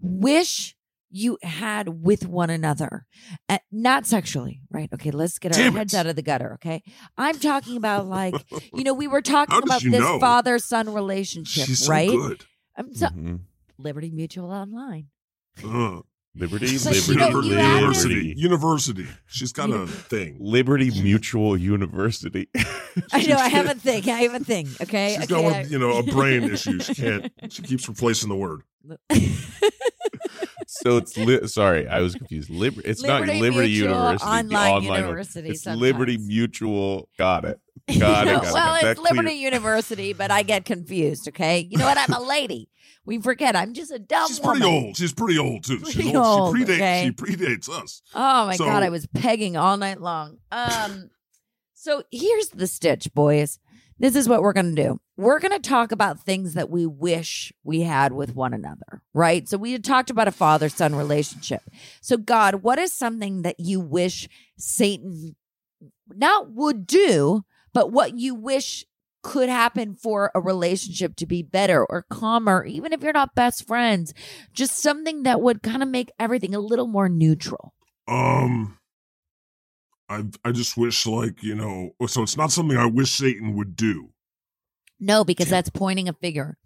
[SPEAKER 4] wish you had with one another, Uh, not sexually, right? Okay, let's get our
[SPEAKER 2] Damn it.
[SPEAKER 4] heads out of the gutter, okay? I'm talking about like, you know, we were talking
[SPEAKER 2] How did
[SPEAKER 4] about
[SPEAKER 2] you
[SPEAKER 4] this
[SPEAKER 2] know?
[SPEAKER 4] father son relationship,
[SPEAKER 2] She's so
[SPEAKER 4] right?
[SPEAKER 2] good.
[SPEAKER 4] I'm so-
[SPEAKER 3] Mhm.
[SPEAKER 4] Liberty Mutual Online.
[SPEAKER 2] Uh,
[SPEAKER 3] Liberty,
[SPEAKER 4] But
[SPEAKER 3] liberty,
[SPEAKER 4] you know,
[SPEAKER 2] University,
[SPEAKER 4] you have to-
[SPEAKER 2] university, university. She's got a thing.
[SPEAKER 3] Liberty Mutual University.
[SPEAKER 4] I know. I have a thing. I have a thing. Okay.
[SPEAKER 2] She's
[SPEAKER 4] okay,
[SPEAKER 2] got
[SPEAKER 4] I-
[SPEAKER 2] one, you know, a brain issue. She can't. She keeps replacing the word.
[SPEAKER 3] so it's li- sorry, I was confused. Liber- it's not Liberty
[SPEAKER 4] Mutual
[SPEAKER 3] University, the
[SPEAKER 4] Online,
[SPEAKER 3] online one.
[SPEAKER 4] University.
[SPEAKER 3] It's Liberty
[SPEAKER 4] sometimes.
[SPEAKER 3] Mutual. Got it. Got it. Got it.
[SPEAKER 4] well,
[SPEAKER 3] That
[SPEAKER 4] it's Liberty
[SPEAKER 3] clear-
[SPEAKER 4] University, but I get confused. Okay, you know what? I'm a lady. We forget. I'm just a dumb
[SPEAKER 2] She's
[SPEAKER 4] woman.
[SPEAKER 2] pretty old. She's pretty old too. She's
[SPEAKER 4] Pretty old,
[SPEAKER 2] She predates.
[SPEAKER 4] okay.
[SPEAKER 2] She predates us.
[SPEAKER 4] Oh my
[SPEAKER 2] So-
[SPEAKER 4] god, I was pegging all night long. Um, so here's the stitch, boys. This is what we're gonna do. We're gonna talk about things that we wish we had with one another, right? So we had talked about a father son relationship. So God, what is something that you wish Satan not would do, but what you wish could happen for a relationship to be better or calmer, even if you're not best friends, just something that would kind of make everything a little more neutral.
[SPEAKER 2] Um, I I just wish like you know. oh, So it's not something I wish Satan would do.
[SPEAKER 4] No, because that's pointing a figure.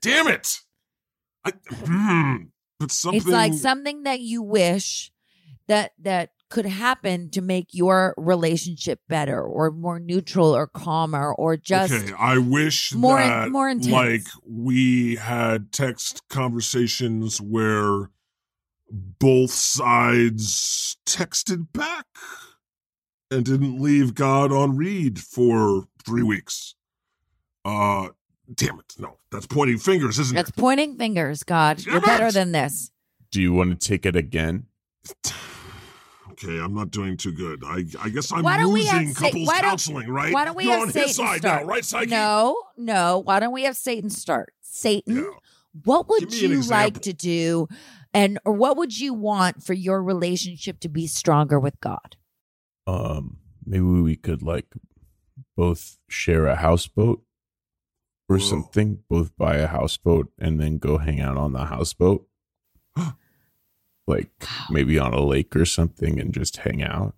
[SPEAKER 2] Damn it! I. Hmm. but something.
[SPEAKER 4] It's like something that you wish that that could happen to make your relationship better or more neutral or calmer or just
[SPEAKER 2] okay, I wish
[SPEAKER 4] more in-
[SPEAKER 2] that,
[SPEAKER 4] more intense.
[SPEAKER 2] like we had text conversations where both sides texted back and didn't leave God on read for three weeks. Uh damn it. No, that's pointing fingers, isn't
[SPEAKER 4] that's pointing fingers, God. You're
[SPEAKER 2] Damn it!
[SPEAKER 4] better than this.
[SPEAKER 3] Do you want to take it again?
[SPEAKER 2] it? Okay, I'm not doing too good. I I guess I'm
[SPEAKER 4] Why don't we have
[SPEAKER 2] losing
[SPEAKER 4] Sa-
[SPEAKER 2] couples
[SPEAKER 4] why don't-
[SPEAKER 2] counseling, right?
[SPEAKER 4] Why don't we
[SPEAKER 2] You're
[SPEAKER 4] have
[SPEAKER 2] on
[SPEAKER 4] Satan
[SPEAKER 2] his side
[SPEAKER 4] start?
[SPEAKER 2] now, right, Psyche?
[SPEAKER 4] No, no. Why don't we have Satan start? Satan,
[SPEAKER 2] Yeah.
[SPEAKER 4] what would
[SPEAKER 2] Give me an
[SPEAKER 4] you like
[SPEAKER 2] example.
[SPEAKER 4] to do, and or what would you want for your relationship to be stronger with God?
[SPEAKER 3] Um, maybe we could like both share a houseboat or
[SPEAKER 2] Whoa.
[SPEAKER 3] something. Both buy a houseboat and then go hang out on the houseboat, like maybe on a lake or something, and just hang out.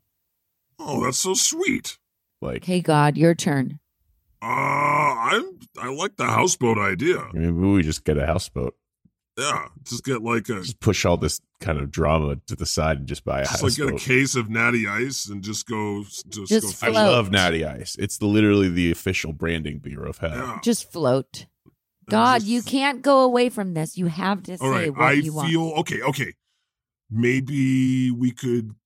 [SPEAKER 2] Oh, that's so sweet.
[SPEAKER 3] Like
[SPEAKER 4] Okay, God, your turn.
[SPEAKER 2] Uh, I'm I like the houseboat idea.
[SPEAKER 3] maybe we just get a houseboat.
[SPEAKER 2] Yeah, just get like a
[SPEAKER 3] Just push all this kind of drama to the side and just buy a
[SPEAKER 2] just like
[SPEAKER 3] houseboat.
[SPEAKER 2] get a case of natty ice and just go just, go
[SPEAKER 4] Just
[SPEAKER 3] I
[SPEAKER 2] fishing.
[SPEAKER 4] float.
[SPEAKER 3] love Natty Ice. It's the, literally the official branding bureau of hell.
[SPEAKER 2] Yeah.
[SPEAKER 4] Just float.
[SPEAKER 2] and
[SPEAKER 4] God,
[SPEAKER 2] just-
[SPEAKER 4] you can't go away from this. You have to say
[SPEAKER 2] All right,
[SPEAKER 4] what
[SPEAKER 2] I
[SPEAKER 4] you want.
[SPEAKER 2] feel okay. Okay, maybe we could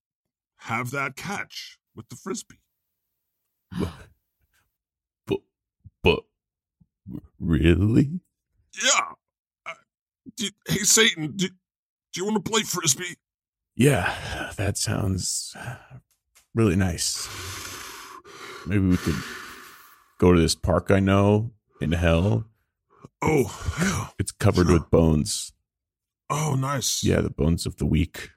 [SPEAKER 2] have that catch with the frisbee.
[SPEAKER 3] But, but really,
[SPEAKER 2] Yeah. Uh, do, hey, Satan, do, do you want to play frisbee?
[SPEAKER 3] yeah, that sounds really nice. Maybe we could go to this park I know in hell.
[SPEAKER 2] Oh, yeah.
[SPEAKER 3] It's covered with bones.
[SPEAKER 2] oh, nice.
[SPEAKER 3] Yeah, the bones of the weak.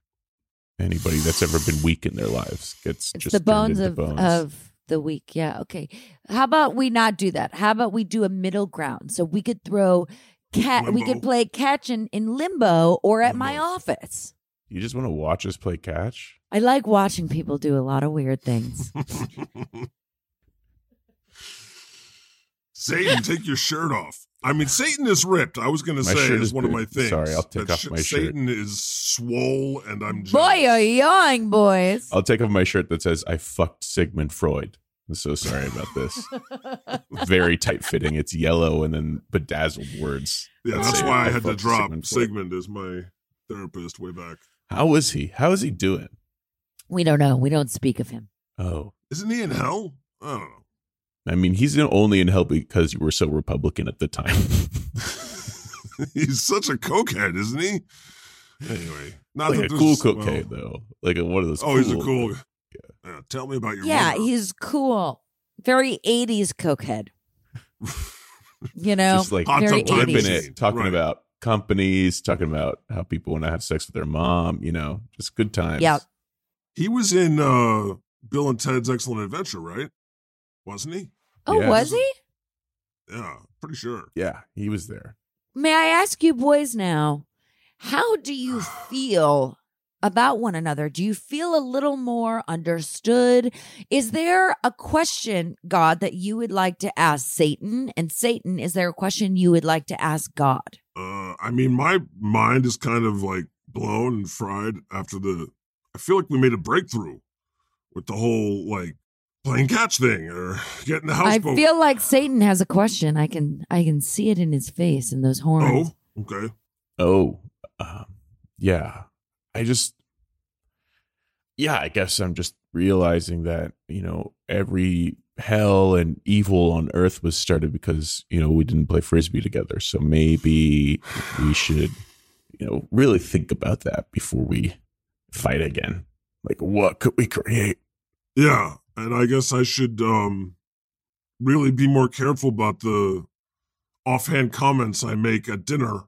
[SPEAKER 3] Anybody that's ever been weak in their lives gets
[SPEAKER 4] It's
[SPEAKER 3] just
[SPEAKER 4] the
[SPEAKER 3] turned
[SPEAKER 4] bones
[SPEAKER 3] into
[SPEAKER 4] of
[SPEAKER 3] bones.
[SPEAKER 4] of the week. Yeah. Okay. How about we not do that? How about we do a middle ground? So we could throw cat. We
[SPEAKER 2] Limbo.
[SPEAKER 4] could play catch in, in limbo or at my
[SPEAKER 2] Limbo.
[SPEAKER 4] office.
[SPEAKER 3] you just want to watch us play catch.
[SPEAKER 4] I like watching people do a lot of weird things.
[SPEAKER 2] Satan, take your shirt off. I mean, Satan is ripped. I was going to
[SPEAKER 3] My
[SPEAKER 2] say
[SPEAKER 3] shirt
[SPEAKER 2] is
[SPEAKER 3] is
[SPEAKER 2] one of my
[SPEAKER 3] ripped.
[SPEAKER 2] things.
[SPEAKER 3] Sorry, I'll take
[SPEAKER 2] that
[SPEAKER 3] off my shirt.
[SPEAKER 2] Satan is swole, and I'm
[SPEAKER 4] Boy, are
[SPEAKER 2] jealous.
[SPEAKER 4] you yawing, boys.
[SPEAKER 3] I'll take off my shirt that says I fucked Sigmund Freud. I'm so sorry about this. Very tight fitting. It's yellow and then bedazzled words.
[SPEAKER 2] Yeah,
[SPEAKER 3] that
[SPEAKER 2] that's
[SPEAKER 3] say,
[SPEAKER 2] why I had to
[SPEAKER 3] fucked
[SPEAKER 2] drop
[SPEAKER 3] Sigmund
[SPEAKER 2] Sigmund,
[SPEAKER 3] Freud."
[SPEAKER 2] as my therapist way back.
[SPEAKER 3] How was he? How is he doing?
[SPEAKER 4] We don't know. We don't speak of him.
[SPEAKER 3] Oh,
[SPEAKER 2] Isn't he in hell? I don't know.
[SPEAKER 3] I mean, he's only in hell because you were so Republican at the time.
[SPEAKER 2] He's such a cokehead, isn't he? Anyway, not
[SPEAKER 3] like
[SPEAKER 2] that
[SPEAKER 3] a
[SPEAKER 2] this-
[SPEAKER 3] cool
[SPEAKER 2] well,
[SPEAKER 3] cocaine, though. Like a, one of those.
[SPEAKER 2] Oh, he's a cool. Yeah. tell me about your.
[SPEAKER 4] yeah,
[SPEAKER 2] mother.
[SPEAKER 4] he's cool. Very 80s cokehead. You know?
[SPEAKER 3] Just like
[SPEAKER 2] Hot
[SPEAKER 4] very
[SPEAKER 2] tub time
[SPEAKER 4] 80s.
[SPEAKER 3] ripping
[SPEAKER 2] machine.
[SPEAKER 3] it, talking
[SPEAKER 2] Right.
[SPEAKER 3] about companies, talking about how people want to have sex with their mom. You know, just good times.
[SPEAKER 4] Yeah.
[SPEAKER 2] He was in uh, Bill and Ted's Excellent Adventure, right? Wasn't he?
[SPEAKER 4] Oh,
[SPEAKER 3] Yeah.
[SPEAKER 4] was he?
[SPEAKER 2] Yeah, pretty sure.
[SPEAKER 3] yeah, he was there.
[SPEAKER 4] May I ask you boys now, how do you feel about one another? Do you feel a little more understood? Is there a question, God, that you would like to ask Satan? And Satan, is there a question you would like to ask God?
[SPEAKER 2] Uh, I mean, my mind is kind of like blown and fried after the. I feel like we made a breakthrough with the whole like playing catch thing or getting the
[SPEAKER 4] I
[SPEAKER 2] houseboat.
[SPEAKER 4] feel like Satan has a question. I can I can see it in his face and those horns.
[SPEAKER 2] oh, okay.
[SPEAKER 3] Oh, um, yeah. I just, yeah, I guess I'm just realizing that, you know, every hell and evil on earth was started because, you know, we didn't play frisbee together. So maybe we should, you know, really think about that before we fight again. Like, what could we create?
[SPEAKER 2] Yeah, and I guess I should um really be more careful about the offhand comments I make at dinner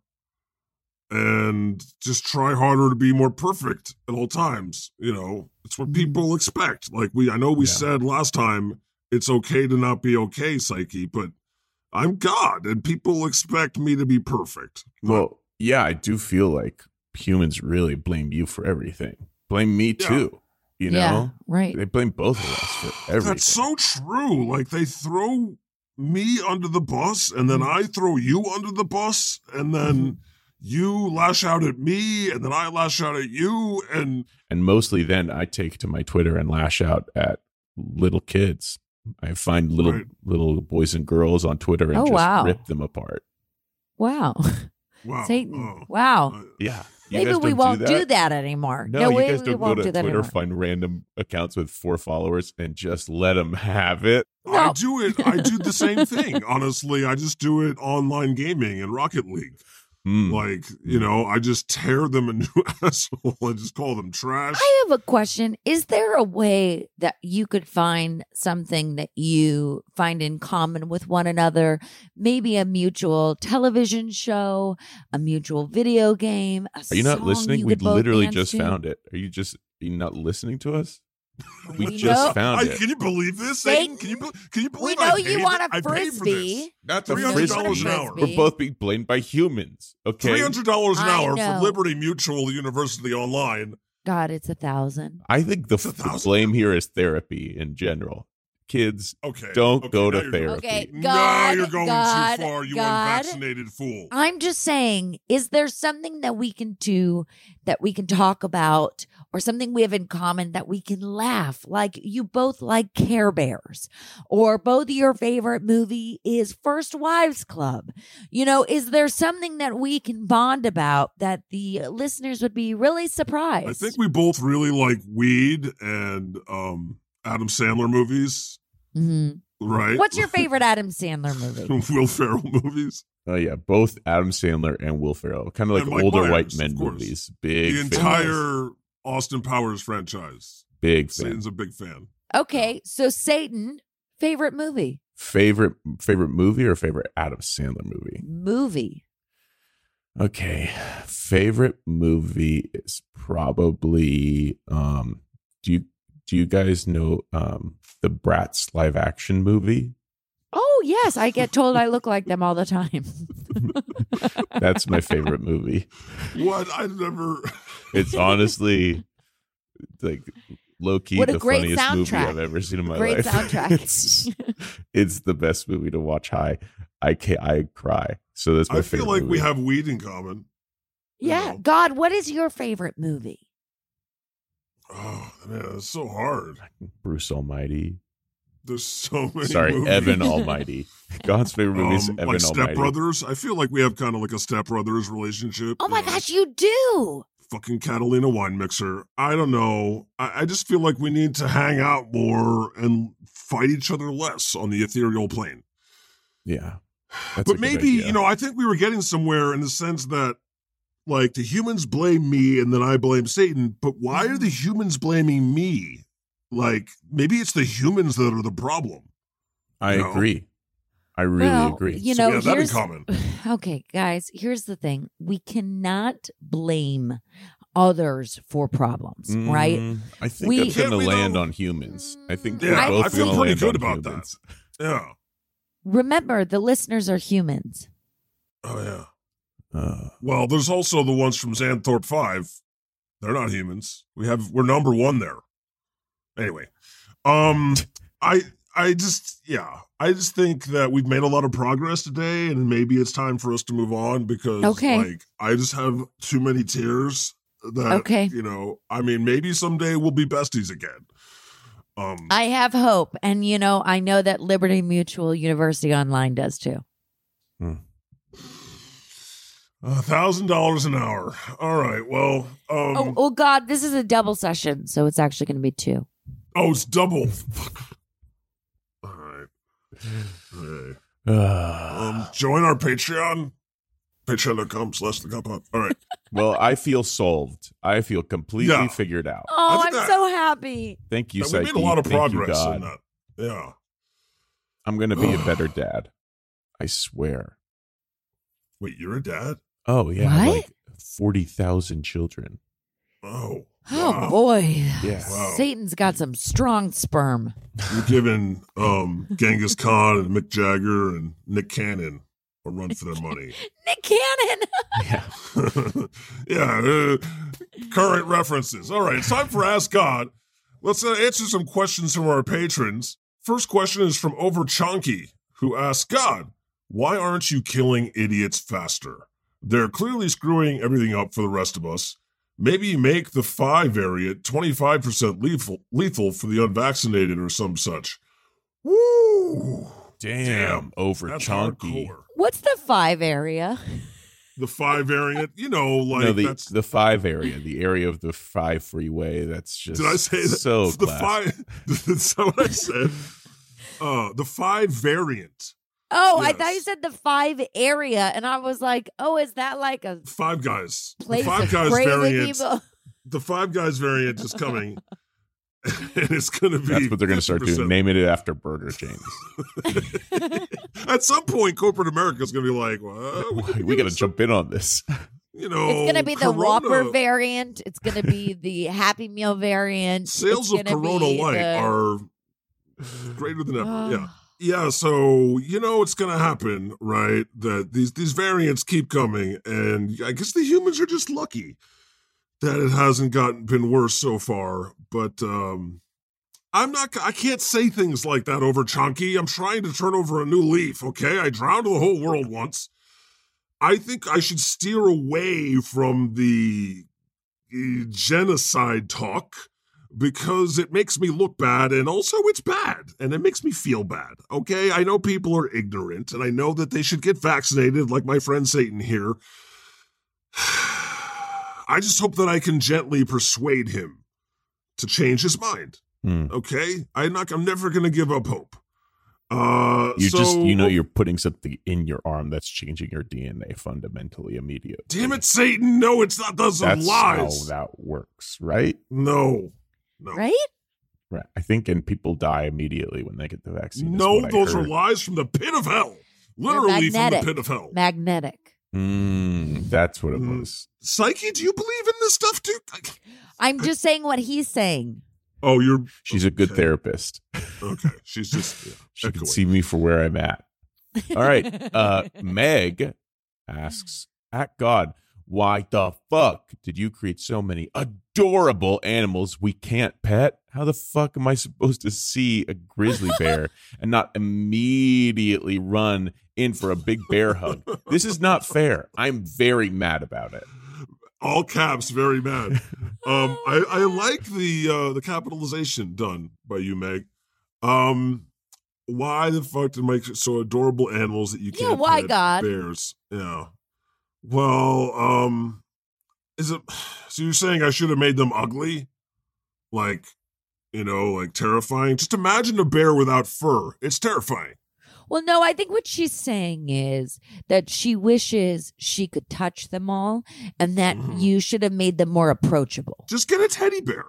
[SPEAKER 2] and just try harder to be more perfect at all times, you know. It's what people expect. Like we I know we
[SPEAKER 3] Yeah.
[SPEAKER 2] said last time it's okay to not be okay, psyche, but I'm God and people expect me to be perfect.
[SPEAKER 3] Well, yeah, I do feel like humans really blame you for everything. Blame me
[SPEAKER 2] Yeah.
[SPEAKER 3] too, you know?
[SPEAKER 4] yeah, right.
[SPEAKER 3] They blame both of us for everything.
[SPEAKER 2] That's so true. Like they throw me under the bus and then
[SPEAKER 4] Mm-hmm.
[SPEAKER 2] I throw you under the bus and then you lash out at me and then I lash out at you and
[SPEAKER 3] And mostly then I take to my Twitter and lash out at little kids. I find little
[SPEAKER 2] Right.
[SPEAKER 3] little boys and girls on Twitter and
[SPEAKER 4] Oh,
[SPEAKER 3] just
[SPEAKER 4] wow.
[SPEAKER 3] rip them apart.
[SPEAKER 4] Wow.
[SPEAKER 3] Oh,
[SPEAKER 2] wow.
[SPEAKER 4] Satan.
[SPEAKER 2] oh,
[SPEAKER 4] Wow.
[SPEAKER 2] uh,
[SPEAKER 3] Yeah.
[SPEAKER 4] Maybe we won't do that, anymore.
[SPEAKER 3] No, you
[SPEAKER 4] way
[SPEAKER 3] guys
[SPEAKER 4] we
[SPEAKER 3] don't go
[SPEAKER 4] won't
[SPEAKER 3] to
[SPEAKER 4] do that
[SPEAKER 3] Twitter,
[SPEAKER 4] anymore.
[SPEAKER 3] find random accounts with four followers and just let them have it.
[SPEAKER 2] I
[SPEAKER 4] No.
[SPEAKER 2] do it. I do the same thing. Honestly, I just do it online gaming and Rocket League.
[SPEAKER 3] Mm.
[SPEAKER 2] Like, you know, I just tear them a new asshole and just call them trash.
[SPEAKER 4] I have a question. Is there a way that you could find something that you find in common with one another? Maybe a mutual television show, a mutual video game. a
[SPEAKER 3] Are you not
[SPEAKER 4] song
[SPEAKER 3] listening?
[SPEAKER 4] you
[SPEAKER 3] we
[SPEAKER 4] could both
[SPEAKER 3] literally
[SPEAKER 4] dance
[SPEAKER 3] just
[SPEAKER 4] to?
[SPEAKER 3] found it. Are you just are you not listening to us? We
[SPEAKER 4] We
[SPEAKER 3] just
[SPEAKER 4] know-
[SPEAKER 3] found
[SPEAKER 2] I,
[SPEAKER 3] it.
[SPEAKER 2] can you believe this?
[SPEAKER 4] Satan,
[SPEAKER 2] Satan? Can you be- can you
[SPEAKER 4] We
[SPEAKER 2] believe I
[SPEAKER 4] know you
[SPEAKER 2] paid-
[SPEAKER 4] want
[SPEAKER 2] I paid
[SPEAKER 4] a
[SPEAKER 2] for this?
[SPEAKER 4] frisbee.
[SPEAKER 3] Not
[SPEAKER 2] the
[SPEAKER 4] $300 an hour.
[SPEAKER 3] We're both being blamed by humans. Okay.
[SPEAKER 2] Three hundred dollars an
[SPEAKER 4] I
[SPEAKER 2] hour
[SPEAKER 4] know.
[SPEAKER 2] from Liberty Mutual University online.
[SPEAKER 4] God, it's a thousand.
[SPEAKER 3] I think the,
[SPEAKER 2] It's a
[SPEAKER 3] f- the
[SPEAKER 2] thousand
[SPEAKER 3] blame here is therapy in general. Kids,
[SPEAKER 2] Okay,
[SPEAKER 3] don't
[SPEAKER 2] okay,
[SPEAKER 3] go
[SPEAKER 2] now
[SPEAKER 3] to
[SPEAKER 2] you're-
[SPEAKER 3] therapy.
[SPEAKER 4] Okay.
[SPEAKER 2] now
[SPEAKER 4] God,
[SPEAKER 2] you're going
[SPEAKER 4] God,
[SPEAKER 2] too far, you
[SPEAKER 4] God.
[SPEAKER 2] unvaccinated fool.
[SPEAKER 4] I'm just saying, is there something that we can do that we can talk about or something we have in common that we can laugh? Like you both like Care Bears or both your favorite movie is First Wives Club. You know, is there something that we can bond about that the listeners would be really surprised?
[SPEAKER 2] I think we both really like weed and um, Adam Sandler movies,
[SPEAKER 4] Mhm.
[SPEAKER 2] right?
[SPEAKER 4] What's your favorite Adam Sandler movie?
[SPEAKER 2] Will Ferrell movies?
[SPEAKER 3] Oh yeah, both Adam Sandler and Will Ferrell, kind of like
[SPEAKER 2] And Mike
[SPEAKER 3] older
[SPEAKER 2] Myers,
[SPEAKER 3] white
[SPEAKER 2] of
[SPEAKER 3] men
[SPEAKER 2] course.
[SPEAKER 3] movies. Big
[SPEAKER 2] the
[SPEAKER 3] fans.
[SPEAKER 2] entire Austin Powers franchise.
[SPEAKER 3] big fan.
[SPEAKER 2] Satan's a big fan.
[SPEAKER 4] Okay, so Satan, favorite movie?
[SPEAKER 3] Favorite favorite movie or favorite Adam Sandler movie?
[SPEAKER 4] Movie.
[SPEAKER 3] Okay, favorite movie is probably um. Do you do you guys know um the Bratz live action movie?
[SPEAKER 4] Oh, yes. I get told I look like them all the time.
[SPEAKER 3] That's my favorite movie.
[SPEAKER 2] What? I never.
[SPEAKER 3] It's honestly like low key
[SPEAKER 4] What a
[SPEAKER 3] the
[SPEAKER 4] great
[SPEAKER 3] funniest movie
[SPEAKER 4] soundtrack.
[SPEAKER 3] I've ever seen in my
[SPEAKER 4] Great
[SPEAKER 3] life.
[SPEAKER 4] soundtrack.
[SPEAKER 3] it's, it's the best movie to watch. High, I can I cry. So that's my
[SPEAKER 2] I
[SPEAKER 3] favorite.
[SPEAKER 2] feel like we
[SPEAKER 3] movie.
[SPEAKER 2] have weed in common. you
[SPEAKER 4] yeah.
[SPEAKER 2] know?
[SPEAKER 4] God, what is your favorite movie?
[SPEAKER 2] Oh man, it's so hard.
[SPEAKER 3] Bruce Almighty.
[SPEAKER 2] There's so many.
[SPEAKER 3] Sorry,
[SPEAKER 2] movies.
[SPEAKER 3] Evan Almighty. God's favorite movie is
[SPEAKER 2] Um,
[SPEAKER 3] Evan
[SPEAKER 2] like
[SPEAKER 3] Almighty.
[SPEAKER 2] stepbrothers. I feel like we have kind of like a stepbrothers relationship.
[SPEAKER 4] Oh my
[SPEAKER 2] you know?
[SPEAKER 4] gosh, you do.
[SPEAKER 2] Fucking Catalina wine mixer. I don't know. I, I just feel like we need to hang out more and fight each other less on the ethereal plane.
[SPEAKER 3] Yeah. That's a
[SPEAKER 2] but
[SPEAKER 3] good
[SPEAKER 2] maybe,
[SPEAKER 3] idea.
[SPEAKER 2] you know, I think we were getting somewhere in the sense that like the humans blame me and then I blame Satan, but why are the humans blaming me? Like maybe it's the humans that are the problem.
[SPEAKER 3] I
[SPEAKER 2] No.
[SPEAKER 3] agree. I really
[SPEAKER 4] Well,
[SPEAKER 3] agree.
[SPEAKER 4] You
[SPEAKER 2] So
[SPEAKER 4] know,
[SPEAKER 2] we have that in
[SPEAKER 4] here's-
[SPEAKER 2] common.
[SPEAKER 4] Okay, guys, here's the thing we cannot blame others for problems, right?
[SPEAKER 3] Mm, I think
[SPEAKER 4] We-
[SPEAKER 3] it's going to
[SPEAKER 2] Can't we,
[SPEAKER 3] land
[SPEAKER 2] though?
[SPEAKER 3] on humans. I think
[SPEAKER 4] Yeah,
[SPEAKER 3] we're
[SPEAKER 4] I-
[SPEAKER 3] both
[SPEAKER 4] I
[SPEAKER 2] feel
[SPEAKER 3] gonna
[SPEAKER 2] pretty
[SPEAKER 3] land
[SPEAKER 2] good
[SPEAKER 3] on
[SPEAKER 2] about that.
[SPEAKER 3] humans.
[SPEAKER 2] Yeah.
[SPEAKER 4] Remember, the listeners are humans.
[SPEAKER 2] Oh yeah.
[SPEAKER 3] Uh,
[SPEAKER 2] Well, there's also the ones from Xanthorpe Five. They're not humans. We have we're number one there. Anyway, um, I I just yeah I just think that we've made a lot of progress today, and maybe it's time for us to move on because
[SPEAKER 4] Okay.
[SPEAKER 2] like I just have too many tears
[SPEAKER 3] Uh,
[SPEAKER 2] that
[SPEAKER 4] Okay.
[SPEAKER 2] you know I mean maybe someday we'll be besties again. Um,
[SPEAKER 4] I have hope. And, you know, I know that Liberty Mutual University Online does too.
[SPEAKER 2] a thousand dollars an hour. All right. Well,
[SPEAKER 3] Mm.
[SPEAKER 2] um,
[SPEAKER 4] oh, oh, God, this is a double session. So it's actually going to be two.
[SPEAKER 2] Oh, it's double. Fuck. All right. All right.
[SPEAKER 3] Uh,
[SPEAKER 2] Um, join our Patreon. Patreon.com slash the cup up. All right.
[SPEAKER 3] well, I feel solved. I feel completely
[SPEAKER 2] Yeah.
[SPEAKER 3] figured out.
[SPEAKER 4] Oh,
[SPEAKER 2] think
[SPEAKER 4] I'm
[SPEAKER 2] that-
[SPEAKER 4] so happy.
[SPEAKER 3] Thank you,
[SPEAKER 2] we made a
[SPEAKER 3] Psyche.
[SPEAKER 2] lot of
[SPEAKER 3] Thank you,
[SPEAKER 2] progress
[SPEAKER 3] God.
[SPEAKER 2] in that. Yeah.
[SPEAKER 3] I'm going to be a better dad. I swear.
[SPEAKER 2] Wait, you're a dad?
[SPEAKER 3] Oh yeah,
[SPEAKER 4] What?
[SPEAKER 3] like forty thousand children.
[SPEAKER 2] Oh.
[SPEAKER 4] Oh,
[SPEAKER 2] wow.
[SPEAKER 4] boy.
[SPEAKER 3] Yeah.
[SPEAKER 2] Wow.
[SPEAKER 4] Satan's got some strong sperm.
[SPEAKER 2] You're giving um, Genghis Khan and Mick Jagger and Nick Cannon a run for their money.
[SPEAKER 4] Nick Cannon.
[SPEAKER 3] yeah.
[SPEAKER 2] yeah. Uh, current references. All right. It's time for Ask God. Let's uh, answer some questions from our patrons. First question is from Over Chonky, who asks God, why aren't you killing idiots faster? They're clearly screwing everything up for the rest of us. Maybe make the 5 variant 25% lethal, lethal for the unvaccinated or some such. Woo!
[SPEAKER 3] Damn,
[SPEAKER 2] Damn,
[SPEAKER 3] over
[SPEAKER 2] That's
[SPEAKER 3] chonky.
[SPEAKER 2] hardcore.
[SPEAKER 4] What's the five area?
[SPEAKER 2] The 5 variant, you know, like
[SPEAKER 3] no, the,
[SPEAKER 2] that's
[SPEAKER 3] the five area, the area of the five freeway. That's just
[SPEAKER 2] Did I say that?
[SPEAKER 3] so
[SPEAKER 2] the
[SPEAKER 3] class.
[SPEAKER 2] five? Is that what I said? Uh, the five variant.
[SPEAKER 4] Oh, I thought
[SPEAKER 2] Yes.
[SPEAKER 4] you said the five area, and I was like, oh, is that like a
[SPEAKER 2] Five Guys. The
[SPEAKER 4] place
[SPEAKER 2] Five
[SPEAKER 4] of
[SPEAKER 2] Guys
[SPEAKER 4] crazy
[SPEAKER 2] variant.
[SPEAKER 4] people?
[SPEAKER 2] The Five Guys variant is coming, and it's going to be.
[SPEAKER 3] That's what they're going to start doing.
[SPEAKER 2] 50%.
[SPEAKER 3] Naming it after burger chains.
[SPEAKER 2] At some point, corporate America is going to be like, well, we,
[SPEAKER 3] we got to jump in on this.
[SPEAKER 2] you know,
[SPEAKER 4] It's gonna be the
[SPEAKER 2] Oh, Corona.
[SPEAKER 4] Whopper variant. It's gonna be the Happy Meal variant.
[SPEAKER 2] Sales
[SPEAKER 4] It's
[SPEAKER 2] of
[SPEAKER 4] gonna
[SPEAKER 2] Corona
[SPEAKER 4] be
[SPEAKER 2] Light
[SPEAKER 4] the-
[SPEAKER 2] are greater than ever. yeah. Yeah, so you know it's gonna happen, right? That these these variants keep coming, and I guess the humans are just lucky that it hasn't gotten been worse so far. But um I'm not. I can't say things like that over Chunky. I'm trying to turn over a new leaf. Okay, I drowned the whole world once. I think I should steer away from the uh, genocide talk because it makes me look bad and also it's bad and it makes me feel bad. Okay, I know people are ignorant and I know that they should get vaccinated, like my friend Satan here. I just hope that I can gently persuade him to change his mind.
[SPEAKER 3] Hmm.
[SPEAKER 2] Okay, I'm not. I'm never gonna give up hope. Uh,
[SPEAKER 3] You
[SPEAKER 2] so,
[SPEAKER 3] just you know you're putting something in your arm that's changing your DNA fundamentally immediately.
[SPEAKER 2] Damn it, Satan! No, it's not. Those are
[SPEAKER 3] That's
[SPEAKER 2] lies.
[SPEAKER 3] how that works, right?
[SPEAKER 2] no, no.
[SPEAKER 4] right.
[SPEAKER 3] Right. I think and people die immediately when they get the vaccine. is
[SPEAKER 2] No,
[SPEAKER 3] what I
[SPEAKER 2] those are
[SPEAKER 3] heard.
[SPEAKER 2] lies from the pit of hell.
[SPEAKER 4] They're
[SPEAKER 2] Literally from the
[SPEAKER 4] magnetic.
[SPEAKER 2] pit of hell.
[SPEAKER 4] Magnetic.
[SPEAKER 3] Mm, that's what it
[SPEAKER 2] Mm.
[SPEAKER 3] was.
[SPEAKER 2] Psyche, do you believe in this stuff too? Like-
[SPEAKER 4] I'm just saying what he's saying.
[SPEAKER 2] Oh, you're
[SPEAKER 3] She's a good
[SPEAKER 2] Okay.
[SPEAKER 3] therapist.
[SPEAKER 2] okay. She's just yeah,
[SPEAKER 3] She can
[SPEAKER 2] echoing.
[SPEAKER 3] see me for where I'm at. All right. Uh, Meg asks, at God, why the fuck did you create so many adorable animals we can't pet? How the fuck am I supposed to see a grizzly bear and not immediately run in for a big bear hug? This is not fair. I'm very mad about it.
[SPEAKER 2] all caps, very mad. Um, I, I like the uh, the capitalization done by you, Meg. Um, why the fuck did make so adorable animals that you
[SPEAKER 4] Yeah,
[SPEAKER 2] can't?
[SPEAKER 4] why,
[SPEAKER 2] pet
[SPEAKER 4] God?
[SPEAKER 2] bears? Yeah. Well, um, is it? So you're saying I should have made them ugly, like, you know, like terrifying? Just imagine a bear without fur. It's terrifying.
[SPEAKER 4] Well, no, I think what she's saying is that she wishes she could touch them all, and that
[SPEAKER 2] Mhm.
[SPEAKER 4] you should have made them more approachable.
[SPEAKER 2] Just get a teddy bear.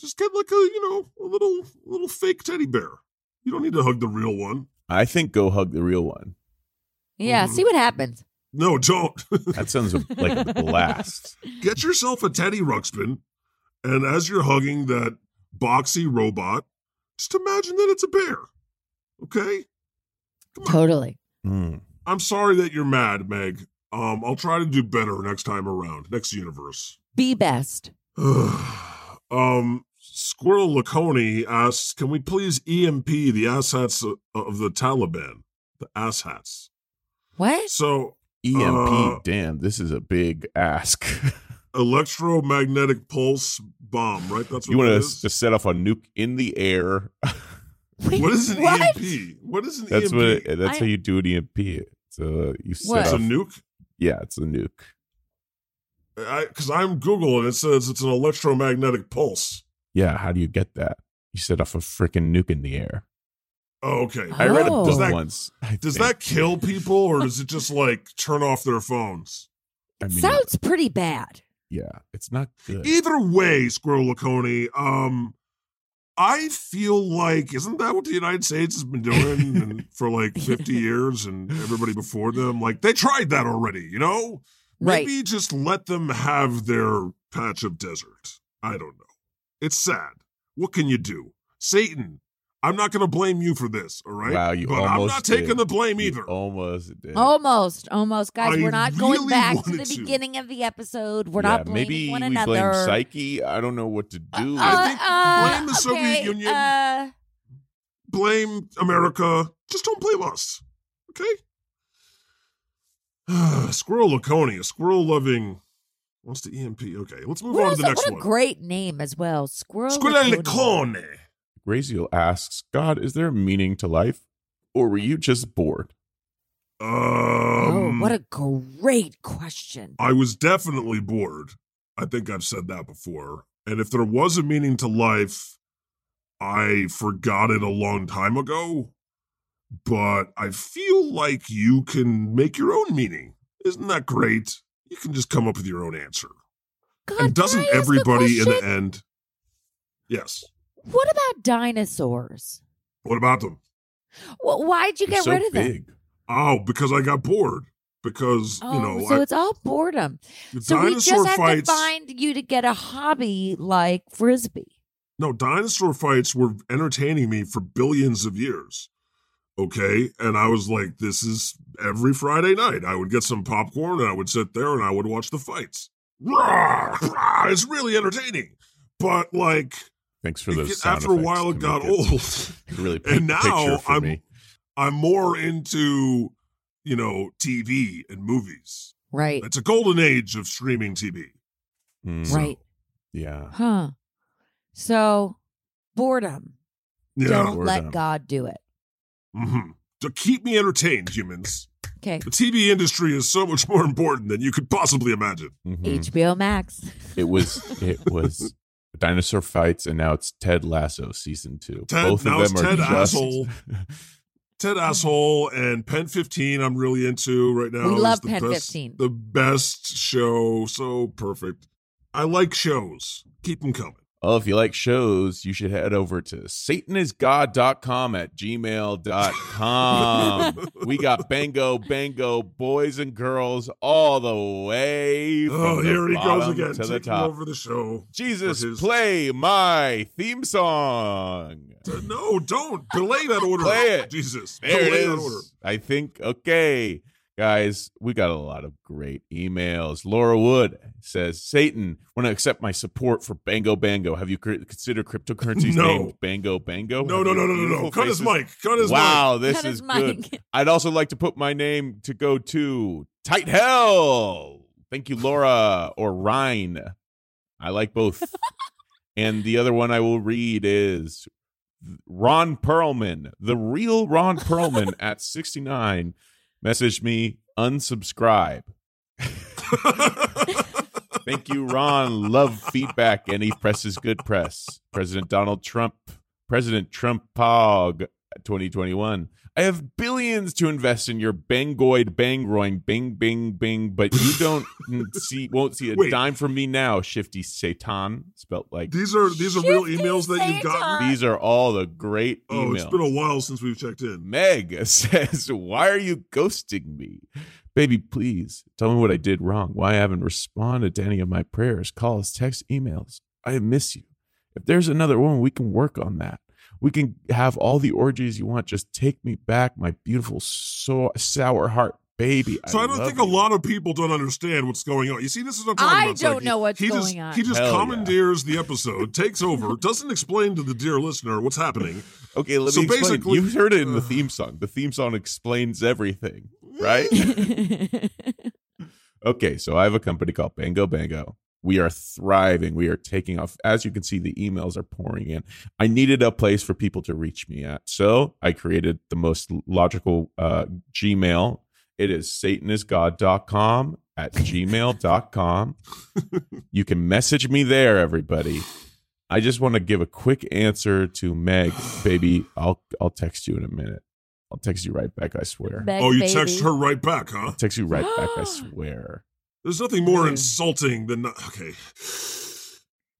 [SPEAKER 2] Just get like a you know a little little fake teddy bear. You don't need to hug the real one.
[SPEAKER 3] I think go hug the real one.
[SPEAKER 4] Yeah.
[SPEAKER 2] Mhm.
[SPEAKER 4] See what happens.
[SPEAKER 2] No, don't.
[SPEAKER 3] That sounds like a blast.
[SPEAKER 2] Get yourself a Teddy Ruxpin, and as you're hugging that boxy robot, just imagine that it's a bear. Okay?
[SPEAKER 4] Totally.
[SPEAKER 3] Mm.
[SPEAKER 2] I'm sorry that you're mad, Meg. Um, I'll try to do better next time around, next universe.
[SPEAKER 4] Be best.
[SPEAKER 2] um, Squirrel Laconi asks, "Can we please EMP the asshats of, of the Taliban? The asshats."
[SPEAKER 4] What?
[SPEAKER 2] So
[SPEAKER 3] EMP,
[SPEAKER 2] Uh,
[SPEAKER 3] E damn, this is a big ask.
[SPEAKER 2] electromagnetic pulse bomb, right? That's what
[SPEAKER 3] you want
[SPEAKER 2] it
[SPEAKER 3] us
[SPEAKER 2] is?
[SPEAKER 3] to set off a nuke in the
[SPEAKER 2] E
[SPEAKER 3] air?
[SPEAKER 4] Wait,
[SPEAKER 2] What is an
[SPEAKER 4] what?
[SPEAKER 2] EMP? What is an E
[SPEAKER 3] That's
[SPEAKER 2] EMP?
[SPEAKER 3] what. It, E that's
[SPEAKER 4] I-
[SPEAKER 3] how you do an EMP. So uh, you set
[SPEAKER 4] What?
[SPEAKER 2] It's a
[SPEAKER 3] off-
[SPEAKER 2] nuke.
[SPEAKER 3] yeah, it's a nuke.
[SPEAKER 2] Because I'm Google and it says it's an electromagnetic pulse.
[SPEAKER 3] Yeah, how do you get that? You set off a freaking nuke in the air.
[SPEAKER 2] Oh, okay.
[SPEAKER 3] I read a
[SPEAKER 4] Oh.
[SPEAKER 3] book
[SPEAKER 2] does that
[SPEAKER 3] once. I
[SPEAKER 2] does
[SPEAKER 3] think.
[SPEAKER 2] that kill people or does it just like turn off their phones?
[SPEAKER 3] I mean,
[SPEAKER 4] Sounds pretty bad.
[SPEAKER 3] yeah, it's not good.
[SPEAKER 2] Either way, Squirrel Laconi, um, I feel like isn't that what the United States has been doing and for like 50 years and everybody before them? Like they tried that already, you know?
[SPEAKER 4] Right.
[SPEAKER 2] Maybe just let them have their patch of desert. I don't know. It's sad. What can you do? Satan, I'm not going to blame you for this, all right?
[SPEAKER 3] Wow, you
[SPEAKER 2] but I'm
[SPEAKER 3] almost
[SPEAKER 2] not taking
[SPEAKER 3] did.
[SPEAKER 2] the blame
[SPEAKER 3] You
[SPEAKER 2] either.
[SPEAKER 3] almost did.
[SPEAKER 4] Oh, Almost, almost, guys.
[SPEAKER 2] I
[SPEAKER 4] we're not going
[SPEAKER 2] really
[SPEAKER 4] back to the
[SPEAKER 2] wanted to.
[SPEAKER 4] beginning of the episode. We're
[SPEAKER 3] Yeah,
[SPEAKER 4] not blaming
[SPEAKER 3] maybe
[SPEAKER 4] one
[SPEAKER 3] we
[SPEAKER 4] another.
[SPEAKER 3] blame Psyche. I don't know what to do.
[SPEAKER 4] Uh,
[SPEAKER 2] I think
[SPEAKER 4] uh,
[SPEAKER 2] blame the Soviet
[SPEAKER 4] okay,
[SPEAKER 2] Union.
[SPEAKER 4] uh,
[SPEAKER 2] blame America. Just don't blame us. Okay? squirrel Laconia, squirrel loving. What's the EMP? Okay, let's move
[SPEAKER 4] what
[SPEAKER 2] on
[SPEAKER 4] else-
[SPEAKER 2] to the next
[SPEAKER 4] what a
[SPEAKER 2] one.
[SPEAKER 4] great name as well, Squirrel.
[SPEAKER 2] Squirrel
[SPEAKER 4] Laconi.
[SPEAKER 2] Laconi.
[SPEAKER 3] Graziel asks, God, is there a meaning to life? Or were you just bored?
[SPEAKER 2] Um,
[SPEAKER 4] oh, what a great question.
[SPEAKER 2] I was definitely bored. I think I've said that before. And if there was a meaning to life, I forgot it a long time ago. but I feel like you can make your own meaning. Isn't that great? You can just come up with your own answer.
[SPEAKER 4] God,
[SPEAKER 2] And
[SPEAKER 4] can
[SPEAKER 2] doesn't
[SPEAKER 4] I ask a
[SPEAKER 2] everybody in the
[SPEAKER 4] question?
[SPEAKER 2] end? Yes.
[SPEAKER 4] What about dinosaurs?
[SPEAKER 2] What about them?
[SPEAKER 4] Wh- Why'd you
[SPEAKER 3] They're
[SPEAKER 4] get
[SPEAKER 3] so
[SPEAKER 4] rid of them?
[SPEAKER 3] big.
[SPEAKER 2] Oh, because I got bored. Because
[SPEAKER 4] Oh,
[SPEAKER 2] you know,
[SPEAKER 4] so
[SPEAKER 2] I,
[SPEAKER 4] it's all boredom.
[SPEAKER 2] the
[SPEAKER 4] So we
[SPEAKER 2] dinosaur
[SPEAKER 4] just have
[SPEAKER 2] fights.
[SPEAKER 4] to find you to get a hobby like frisbee.
[SPEAKER 2] No, dinosaur fights were entertaining me for billions of years. Okay. And I was like, this is every Friday night. I would get some popcorn and I would sit there and I would watch the fights. Rah, rah, it's really entertaining. But like,
[SPEAKER 3] Thanks for
[SPEAKER 2] it
[SPEAKER 3] those.
[SPEAKER 2] get-
[SPEAKER 3] sound
[SPEAKER 2] after a
[SPEAKER 3] effects
[SPEAKER 2] while, it
[SPEAKER 3] to
[SPEAKER 2] got
[SPEAKER 3] make
[SPEAKER 2] old.
[SPEAKER 3] it really paint
[SPEAKER 2] and
[SPEAKER 3] the picture
[SPEAKER 2] now
[SPEAKER 3] for
[SPEAKER 2] I'm,
[SPEAKER 3] me.
[SPEAKER 2] I'm more into, you know, TV and movies.
[SPEAKER 4] Right.
[SPEAKER 2] It's a golden age of streaming TV.
[SPEAKER 3] Mm,
[SPEAKER 4] right.
[SPEAKER 3] Yeah.
[SPEAKER 4] Huh. So boredom.
[SPEAKER 2] Yeah.
[SPEAKER 4] Don't
[SPEAKER 3] Boredom.
[SPEAKER 4] let God do it.
[SPEAKER 2] hmm To keep me entertained, humans.
[SPEAKER 4] Okay.
[SPEAKER 2] The TV industry is so much more important than you could possibly imagine.
[SPEAKER 3] Mhm.
[SPEAKER 4] HBO Max.
[SPEAKER 3] It was it was dinosaur fights, and now it's Ted Lasso season two.
[SPEAKER 2] Ted-
[SPEAKER 3] Both
[SPEAKER 2] now
[SPEAKER 3] of
[SPEAKER 2] it's
[SPEAKER 3] them are
[SPEAKER 2] Ted
[SPEAKER 3] just
[SPEAKER 2] Asshole. Ted Asshole and Pen 15, I'm really into right now.
[SPEAKER 4] We
[SPEAKER 2] It's
[SPEAKER 4] love
[SPEAKER 2] the
[SPEAKER 4] Pen
[SPEAKER 2] best-
[SPEAKER 4] 15.
[SPEAKER 2] The best show. So perfect. I like shows. Keep them coming.
[SPEAKER 3] Well, Oh, if you like shows, you should head over to satanisgod.com at gmail.com. we got Bango Bango boys and girls all the way. From
[SPEAKER 2] oh,
[SPEAKER 3] the
[SPEAKER 2] here he goes
[SPEAKER 3] bottom
[SPEAKER 2] again.
[SPEAKER 3] To the
[SPEAKER 2] taking
[SPEAKER 3] top.
[SPEAKER 2] over the show.
[SPEAKER 3] Jesus,
[SPEAKER 2] for his-
[SPEAKER 3] play my theme song.
[SPEAKER 2] Uh, No, don't. Delay that order.
[SPEAKER 3] Play it.
[SPEAKER 2] Jesus.
[SPEAKER 3] There it
[SPEAKER 2] Delay that order.
[SPEAKER 3] is. I think okay, guys, we got a lot of great emails. Laura Wood says, "Satan, want to accept my support for Bango Bango? Have you cr- considered cryptocurrencies
[SPEAKER 2] No.
[SPEAKER 3] named Bango Bango?
[SPEAKER 2] No,
[SPEAKER 3] Have
[SPEAKER 2] no,
[SPEAKER 3] your
[SPEAKER 2] no, no, no, no.
[SPEAKER 3] Oh beautiful
[SPEAKER 2] Cut his
[SPEAKER 3] faces-
[SPEAKER 2] mic. Cut his mic.
[SPEAKER 3] Wow, this
[SPEAKER 4] Cut his
[SPEAKER 3] is good.
[SPEAKER 4] mic.
[SPEAKER 3] I'd also like to put my name to go to Tight Hell. Thank you, Laura or Rhine. I like both. and the other one I will read is Ron Perlman, the real Ron Perlman at 69, messaged me unsubscribe. Thank you, Ron. Love feedback. Any press is good press. President Donald Trump, President Trump Pog 2021. I have billions to invest in your bangoid bangroin bing bing bing, but you don't see won't see a
[SPEAKER 2] Wait.
[SPEAKER 3] dime from me now, shifty Satan. Spelt like
[SPEAKER 2] These are these are real
[SPEAKER 4] Shifty
[SPEAKER 2] emails that you've gotten.
[SPEAKER 4] Satan.
[SPEAKER 3] these are all the great
[SPEAKER 2] Oh, it's
[SPEAKER 3] emails.
[SPEAKER 2] been a while since we've checked in.
[SPEAKER 3] Meg says, Why are you ghosting me? Baby, please tell me what I did wrong, why I haven't responded to any of my prayers, calls, texts, emails. I miss you. If there's another woman, we can work on that. We can have all the orgies you want. Just take me back, my beautiful, so- sour heart baby.
[SPEAKER 2] So I, don't
[SPEAKER 3] love
[SPEAKER 2] think
[SPEAKER 3] you.
[SPEAKER 2] a lot of people don't understand what's going on. You see, this is what I'm talking
[SPEAKER 4] I
[SPEAKER 2] about.
[SPEAKER 4] don't
[SPEAKER 2] Becky.
[SPEAKER 4] know what's
[SPEAKER 2] he just,
[SPEAKER 4] going on.
[SPEAKER 2] He just
[SPEAKER 3] Hell yeah.
[SPEAKER 2] commandeers the episode, takes over, doesn't explain to the dear listener what's happening.
[SPEAKER 3] Okay, let
[SPEAKER 2] So
[SPEAKER 3] me explain.
[SPEAKER 2] basically- uh,
[SPEAKER 3] You heard it in the
[SPEAKER 2] Ugh.
[SPEAKER 3] theme song. The theme song explains everything, right? Okay, so I have a company called Bango Bango. We are thriving. We are taking off. As you can see, the emails are pouring in. I needed a place for people to reach me at. So I created the most logical uh, Gmail. It is satanisgod.com at gmail.com. you can message me there, everybody. I just want to give a quick answer to Meg. Baby, I'll I'll text you in a minute. I'll text you right back, I swear.
[SPEAKER 4] Meg
[SPEAKER 2] oh, you
[SPEAKER 4] baby.
[SPEAKER 2] text her right back, huh?
[SPEAKER 3] text you right back, I swear.
[SPEAKER 2] There's nothing more
[SPEAKER 4] Hmm.
[SPEAKER 2] insulting than not, okay.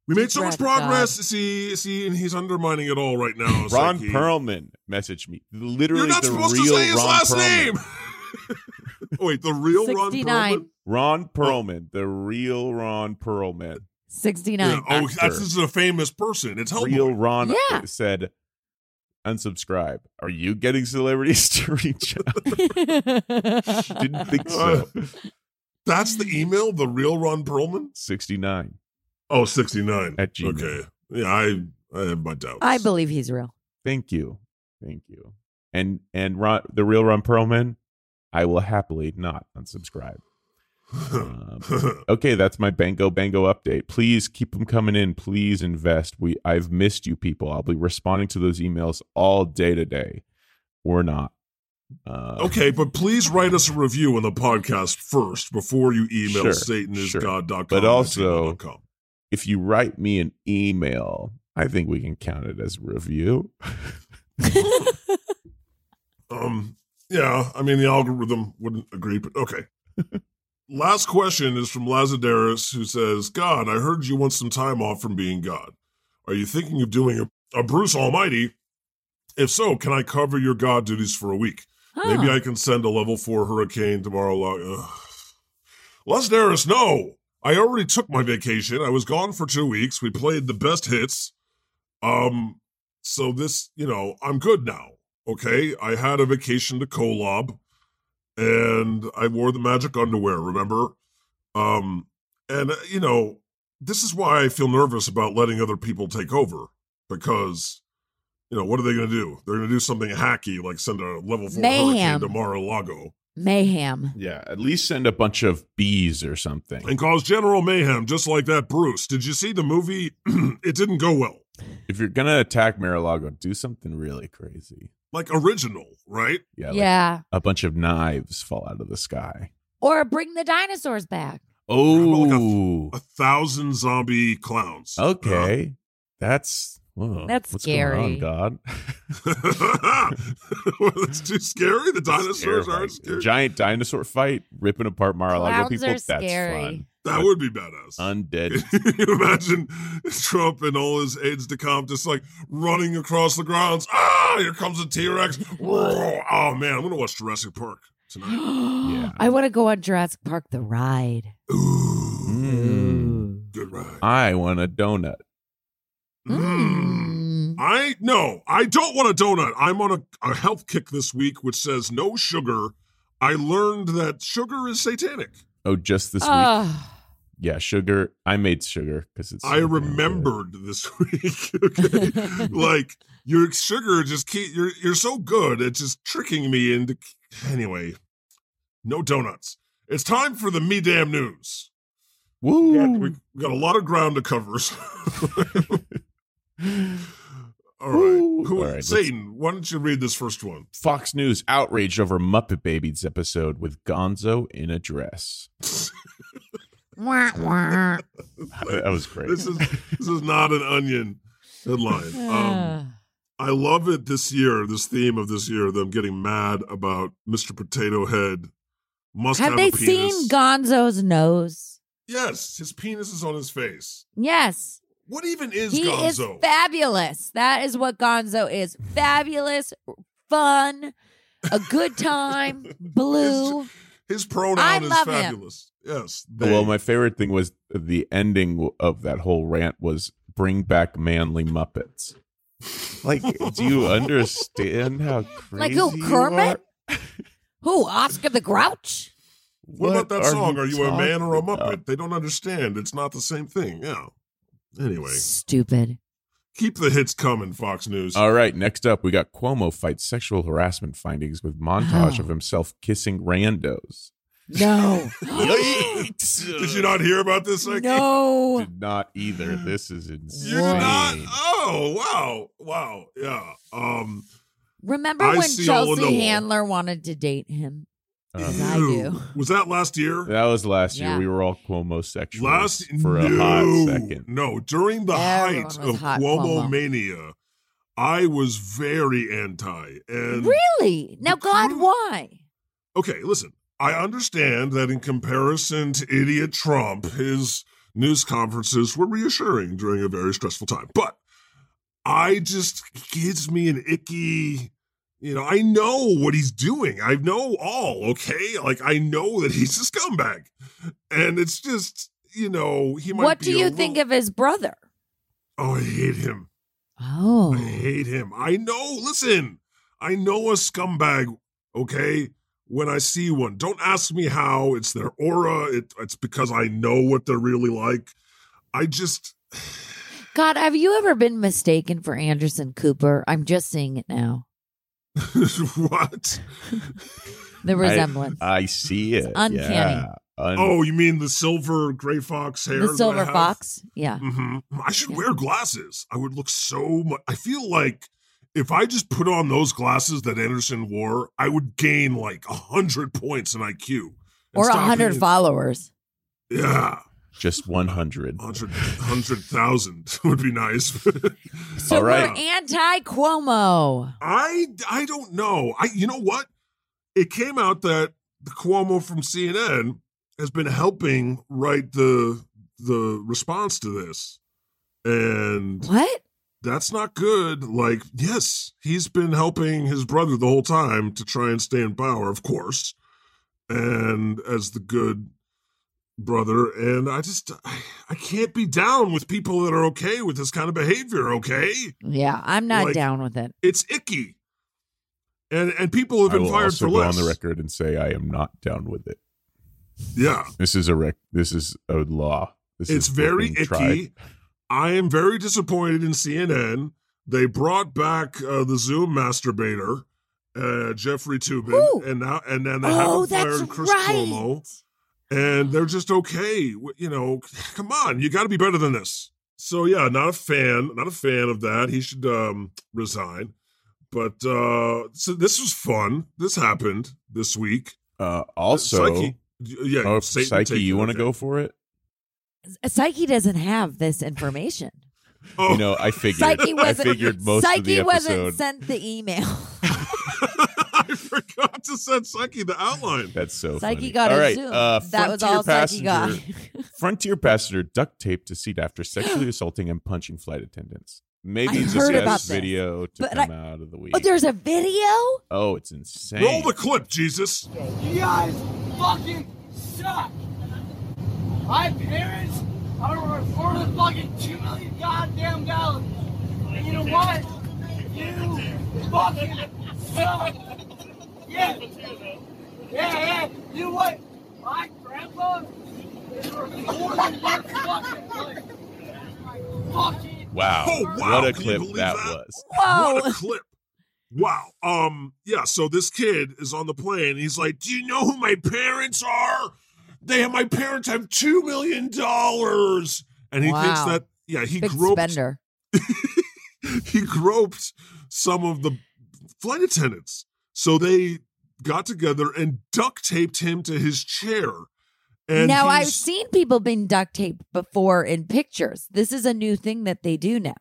[SPEAKER 2] We made
[SPEAKER 4] Deep
[SPEAKER 2] so much
[SPEAKER 4] breath, God.
[SPEAKER 2] progress. See, see, and he's undermining it all right now. It's
[SPEAKER 3] Ron
[SPEAKER 2] like he-
[SPEAKER 3] Perlman messaged me. Literally,
[SPEAKER 2] You're not
[SPEAKER 3] the
[SPEAKER 2] supposed to
[SPEAKER 3] real
[SPEAKER 2] say his
[SPEAKER 3] Ron
[SPEAKER 2] last
[SPEAKER 3] Perlman.
[SPEAKER 2] name. oh, wait, the real Ron
[SPEAKER 4] 69.
[SPEAKER 2] Perlman. Oh.
[SPEAKER 3] Ron Perlman, the real Ron Perlman,
[SPEAKER 4] 69.
[SPEAKER 2] Yeah, oh,
[SPEAKER 3] actor.
[SPEAKER 2] that's, this is a famous person. It's Hellboy.
[SPEAKER 3] real Ron uh,
[SPEAKER 4] Yeah.
[SPEAKER 3] said, "Unsubscribe." Are you getting celebrities to reach out? Didn't think so.
[SPEAKER 2] That's the email, the real Ron Perlman?
[SPEAKER 3] Sixty-nine.
[SPEAKER 2] Oh, 69.
[SPEAKER 3] At Gmail.
[SPEAKER 2] Okay. Yeah, I, I have my doubts.
[SPEAKER 4] I believe he's real.
[SPEAKER 3] Thank you, thank you. And and Ron, the real Ron Perlman, I will happily not unsubscribe. Um, okay that's my bango bango update please keep them coming in please invest we i've missed you people i'll be responding to those emails all day today or not uh,
[SPEAKER 2] okay, but please write us a review on the podcast first before you email
[SPEAKER 3] Sure,
[SPEAKER 2] satanisgod.com.
[SPEAKER 3] But also-
[SPEAKER 2] at gmail.com.
[SPEAKER 3] if you write me an email i think we can count it as a review
[SPEAKER 2] Um, yeah, I mean, the algorithm wouldn't agree, but okay. Last question is from Lazarus, who says, God, I heard you want some time off from being God. Are you thinking of doing a, a Bruce Almighty? If so, can I cover your God duties for a week? Maybe
[SPEAKER 4] Huh.
[SPEAKER 2] I can send a level four hurricane tomorrow. lo- Ugh. Les Darris, no. I already took my vacation. I was gone for two weeks. We played the best hits. Um, so this, you know, I'm good now. Okay, I had a vacation to Kolob, and I wore the magic underwear. Remember? Um, and uh, you know, this is why I feel nervous about letting other people take over because. You know, what are they going to do? They're going to do something hacky, like send a level four hurricane
[SPEAKER 4] Mayhem.
[SPEAKER 2] to Mar-a-Lago.
[SPEAKER 4] Mayhem.
[SPEAKER 3] Yeah, at least send a bunch of bees or something.
[SPEAKER 2] and cause general mayhem just like that bruce did you see the movie it didn't go well
[SPEAKER 3] If you're gonna attack Mar-a-Lago, do something really crazy.
[SPEAKER 2] like original right
[SPEAKER 3] Yeah,
[SPEAKER 4] Yeah.
[SPEAKER 3] like a bunch of knives fall out of the sky.
[SPEAKER 4] Or bring the dinosaurs back.
[SPEAKER 2] about like a-
[SPEAKER 3] Oh,
[SPEAKER 2] a thousand zombie clowns
[SPEAKER 3] okay, that's whoa,
[SPEAKER 4] That's
[SPEAKER 3] what's going on,
[SPEAKER 4] scary.
[SPEAKER 3] God.
[SPEAKER 2] Uh, that's too scary the dinosaurs aren't
[SPEAKER 3] A
[SPEAKER 2] scary
[SPEAKER 3] giant dinosaur fight, ripping apart Mar-a-Lago
[SPEAKER 4] Clowns
[SPEAKER 3] people.
[SPEAKER 4] are
[SPEAKER 3] That's
[SPEAKER 4] scary.
[SPEAKER 2] that would be badass
[SPEAKER 3] fun. Undead.
[SPEAKER 2] Can you imagine Trump and all his aides de camp just like running across the grounds. Ah, here comes a T Rex. Oh man, I'm gonna watch Jurassic Park tonight.
[SPEAKER 4] I want to go on Jurassic Park the ride.
[SPEAKER 2] Ooh,
[SPEAKER 3] Mm.
[SPEAKER 2] good ride.
[SPEAKER 3] I want a donut.
[SPEAKER 2] Mm.
[SPEAKER 4] Mm.
[SPEAKER 2] I no, I don't want a donut. I'm on a, a health kick this week, which says no sugar. I learned that sugar is satanic.
[SPEAKER 3] Oh, just this week.
[SPEAKER 4] Oh.
[SPEAKER 3] Yeah, sugar. I made sugar because it's.
[SPEAKER 2] I
[SPEAKER 3] so damn good.
[SPEAKER 2] remembered this week. okay? like your sugar just keep you're you're so good at just tricking me into anyway. No donuts. It's time for the me damn news. We got, we
[SPEAKER 3] Woo!
[SPEAKER 2] we got a lot of ground to cover. so- All
[SPEAKER 3] Woo.
[SPEAKER 2] right, Who-
[SPEAKER 3] All right, let's-
[SPEAKER 2] Satan. Why don't you read this first one?
[SPEAKER 3] Fox News outraged over Muppet Babies episode with Gonzo in a dress.
[SPEAKER 4] Wah, wah.
[SPEAKER 3] That was great.
[SPEAKER 2] This is this is not an onion headline. Um,
[SPEAKER 4] Ah.
[SPEAKER 2] I love it this year. This theme of this year, them getting mad about Mr. Potato Head. Must have,
[SPEAKER 4] Have they
[SPEAKER 2] a penis.
[SPEAKER 4] seen Gonzo's nose?
[SPEAKER 2] yes, his penis is on his face.
[SPEAKER 4] Yes.
[SPEAKER 2] What even is
[SPEAKER 4] he
[SPEAKER 2] Gonzo?
[SPEAKER 4] is fabulous. That is what Gonzo is. Fabulous, fun, a good time, blue.
[SPEAKER 2] his pronoun
[SPEAKER 4] I
[SPEAKER 2] is
[SPEAKER 4] love him.
[SPEAKER 2] fabulous. Yes. They,
[SPEAKER 3] well, my favorite thing was the ending of that whole rant was bring back manly Muppets. Like, do you understand how
[SPEAKER 4] Like
[SPEAKER 3] crazy?
[SPEAKER 4] who,
[SPEAKER 3] you
[SPEAKER 4] Kermit?
[SPEAKER 3] are?
[SPEAKER 4] Who, Oscar the Grouch?
[SPEAKER 2] what, about that song? Are you a man or a
[SPEAKER 3] talking
[SPEAKER 2] Muppet?
[SPEAKER 3] about?
[SPEAKER 2] They don't understand. It's not the same thing. Yeah. Anyway,
[SPEAKER 4] Stupid.
[SPEAKER 2] keep the hits coming, Fox News.
[SPEAKER 3] All right, next up, we got Cuomo fights sexual harassment findings with montage
[SPEAKER 4] Oh.
[SPEAKER 3] of himself kissing randos.
[SPEAKER 4] No.
[SPEAKER 2] Did you not hear about this? Like,
[SPEAKER 4] no.
[SPEAKER 3] Did not either. This is
[SPEAKER 2] You
[SPEAKER 3] insane.
[SPEAKER 2] did not? Oh, wow. Wow. Yeah. Um
[SPEAKER 4] Remember
[SPEAKER 2] I
[SPEAKER 4] when
[SPEAKER 2] see all in the
[SPEAKER 4] Chelsea
[SPEAKER 2] wall.
[SPEAKER 4] Handler wanted to date him?
[SPEAKER 3] Uh,
[SPEAKER 4] I
[SPEAKER 2] ew.
[SPEAKER 4] do.
[SPEAKER 2] Was that last year?
[SPEAKER 3] that was last year.
[SPEAKER 4] Yeah.
[SPEAKER 3] We were all Cuomo sexual
[SPEAKER 2] Last
[SPEAKER 3] for a
[SPEAKER 2] no.
[SPEAKER 3] hot second.
[SPEAKER 2] No, during the
[SPEAKER 4] Everyone
[SPEAKER 2] height
[SPEAKER 4] was
[SPEAKER 2] of
[SPEAKER 4] hot
[SPEAKER 2] Cuomo
[SPEAKER 4] Cuomo.
[SPEAKER 2] mania, I was very anti. And
[SPEAKER 4] Really? Now,
[SPEAKER 2] The
[SPEAKER 4] God,
[SPEAKER 2] crew-
[SPEAKER 4] why?
[SPEAKER 2] okay, listen. I understand that in comparison to idiot Trump, his news conferences were reassuring during a very stressful time. But I just gives me an icky, you know, I know what he's doing. I know all, okay? Like I know that he's a scumbag. And it's just, you know, he might
[SPEAKER 4] What
[SPEAKER 2] be
[SPEAKER 4] do
[SPEAKER 2] a
[SPEAKER 4] you
[SPEAKER 2] little-
[SPEAKER 4] think of his brother?
[SPEAKER 2] Oh, I hate him.
[SPEAKER 4] Oh.
[SPEAKER 2] I hate him. I know. Listen, I know a scumbag. Okay, when I see one, don't ask me how. It's their aura. It, it's because I know what they're really like. I just
[SPEAKER 4] God, have you ever been mistaken for Anderson Cooper? I'm just seeing it now.
[SPEAKER 2] what?
[SPEAKER 4] The resemblance.
[SPEAKER 3] I see it.
[SPEAKER 4] uncanny.
[SPEAKER 3] Yeah. Un-
[SPEAKER 2] Oh, you mean the silver gray fox hair?
[SPEAKER 4] the silver fox. Yeah.
[SPEAKER 2] hmm I should
[SPEAKER 4] Yeah.
[SPEAKER 2] wear glasses. I would look so much. I feel like if I just put on those glasses that Anderson wore, I would gain like a hundred points in IQ and
[SPEAKER 4] Or a
[SPEAKER 2] stop
[SPEAKER 4] hundred
[SPEAKER 2] being-
[SPEAKER 4] followers.
[SPEAKER 2] Yeah.
[SPEAKER 3] Just 100.
[SPEAKER 2] 100 100,000 would be nice.
[SPEAKER 4] So
[SPEAKER 3] All right.
[SPEAKER 4] we're anti Cuomo.
[SPEAKER 2] I I don't know. I you know what? It came out that the Cuomo from CNN has been helping write the the response to this, and
[SPEAKER 4] What?
[SPEAKER 2] that's not good. Like, yes, he's been helping his brother the whole time to try and stay in power, of course, and as the good brother. And I just I, I can't be down with people that are okay with this kind of behavior. Okay
[SPEAKER 4] Yeah, I'm not
[SPEAKER 2] Like-
[SPEAKER 4] down with it.
[SPEAKER 2] it's icky. And and people have
[SPEAKER 3] I
[SPEAKER 2] been
[SPEAKER 3] will
[SPEAKER 2] fired
[SPEAKER 3] also
[SPEAKER 2] for
[SPEAKER 3] go
[SPEAKER 2] less.
[SPEAKER 3] on the record and say I am not down with it.
[SPEAKER 2] Yeah,
[SPEAKER 3] This is a rec- this is a law. This
[SPEAKER 2] it's
[SPEAKER 3] is
[SPEAKER 2] very
[SPEAKER 3] being
[SPEAKER 2] icky.
[SPEAKER 3] tried.
[SPEAKER 2] I am very disappointed in CNN. They brought back uh, the Zoom masturbator, uh, Jeffrey Tubin,
[SPEAKER 4] Who?
[SPEAKER 2] and now and then they
[SPEAKER 4] Oh,
[SPEAKER 2] haven't
[SPEAKER 4] that's
[SPEAKER 2] fired Chris
[SPEAKER 4] right.
[SPEAKER 2] Cuomo, and they're just okay. W- You know, come on, you got to be better than this. So yeah, not a fan, not a fan of that. He should um, resign. But uh, so this was fun. This happened this week.
[SPEAKER 3] Uh, also,
[SPEAKER 2] Psyche, yeah,
[SPEAKER 3] oh,
[SPEAKER 2] Satan
[SPEAKER 3] Psyche,
[SPEAKER 2] take
[SPEAKER 3] you
[SPEAKER 2] it,
[SPEAKER 3] want to
[SPEAKER 2] okay.
[SPEAKER 3] go for it?
[SPEAKER 4] Psyche doesn't have this information.
[SPEAKER 2] Oh,
[SPEAKER 3] You know, I figured.
[SPEAKER 4] Psyche
[SPEAKER 3] I
[SPEAKER 4] wasn't.
[SPEAKER 3] figured most
[SPEAKER 4] Psyche
[SPEAKER 3] of the
[SPEAKER 4] wasn't
[SPEAKER 3] episode.
[SPEAKER 4] sent the email.
[SPEAKER 2] I forgot to send Psyche the outline.
[SPEAKER 3] That's so
[SPEAKER 4] Psyche
[SPEAKER 3] funny.
[SPEAKER 4] got
[SPEAKER 3] all
[SPEAKER 4] a
[SPEAKER 3] right,
[SPEAKER 4] Zoom.
[SPEAKER 3] Uh,
[SPEAKER 4] that was
[SPEAKER 3] Frontier
[SPEAKER 4] all Psyche got.
[SPEAKER 3] passenger- Frontier passenger duct taped to seat after sexually assaulting and punching flight attendants. Maybe
[SPEAKER 4] I
[SPEAKER 3] this
[SPEAKER 4] heard
[SPEAKER 3] has
[SPEAKER 4] about this.
[SPEAKER 3] video to
[SPEAKER 4] But
[SPEAKER 3] come out of the week.
[SPEAKER 4] oh, there's a video.
[SPEAKER 3] oh, it's insane.
[SPEAKER 2] Roll the clip, Jesus.
[SPEAKER 5] You guys fucking suck. My parents are worth fucking two million goddamn dollars. And you know what? You fucking suck. Yeah. Yeah, yeah. You know what? My grandpa is worth more than your fucking life. Fucking
[SPEAKER 3] wow.
[SPEAKER 2] Oh, wow.
[SPEAKER 3] What a
[SPEAKER 2] Can you
[SPEAKER 3] clip
[SPEAKER 2] believe
[SPEAKER 3] that,
[SPEAKER 2] that?
[SPEAKER 3] was.
[SPEAKER 4] Whoa.
[SPEAKER 2] What a clip. Wow. Um, yeah, so this kid is on the plane. He's like, Do you know who my parents are? They have my parents have two million dollars. And he thinks
[SPEAKER 4] Wow.
[SPEAKER 2] that yeah, he
[SPEAKER 4] Big
[SPEAKER 2] groped
[SPEAKER 4] spender.
[SPEAKER 2] he groped some of the flight attendants. So they got together and duct taped him to his chair. And
[SPEAKER 4] now I've
[SPEAKER 2] he's-
[SPEAKER 4] seen people being duct taped before in pictures. This is a new thing that they do now.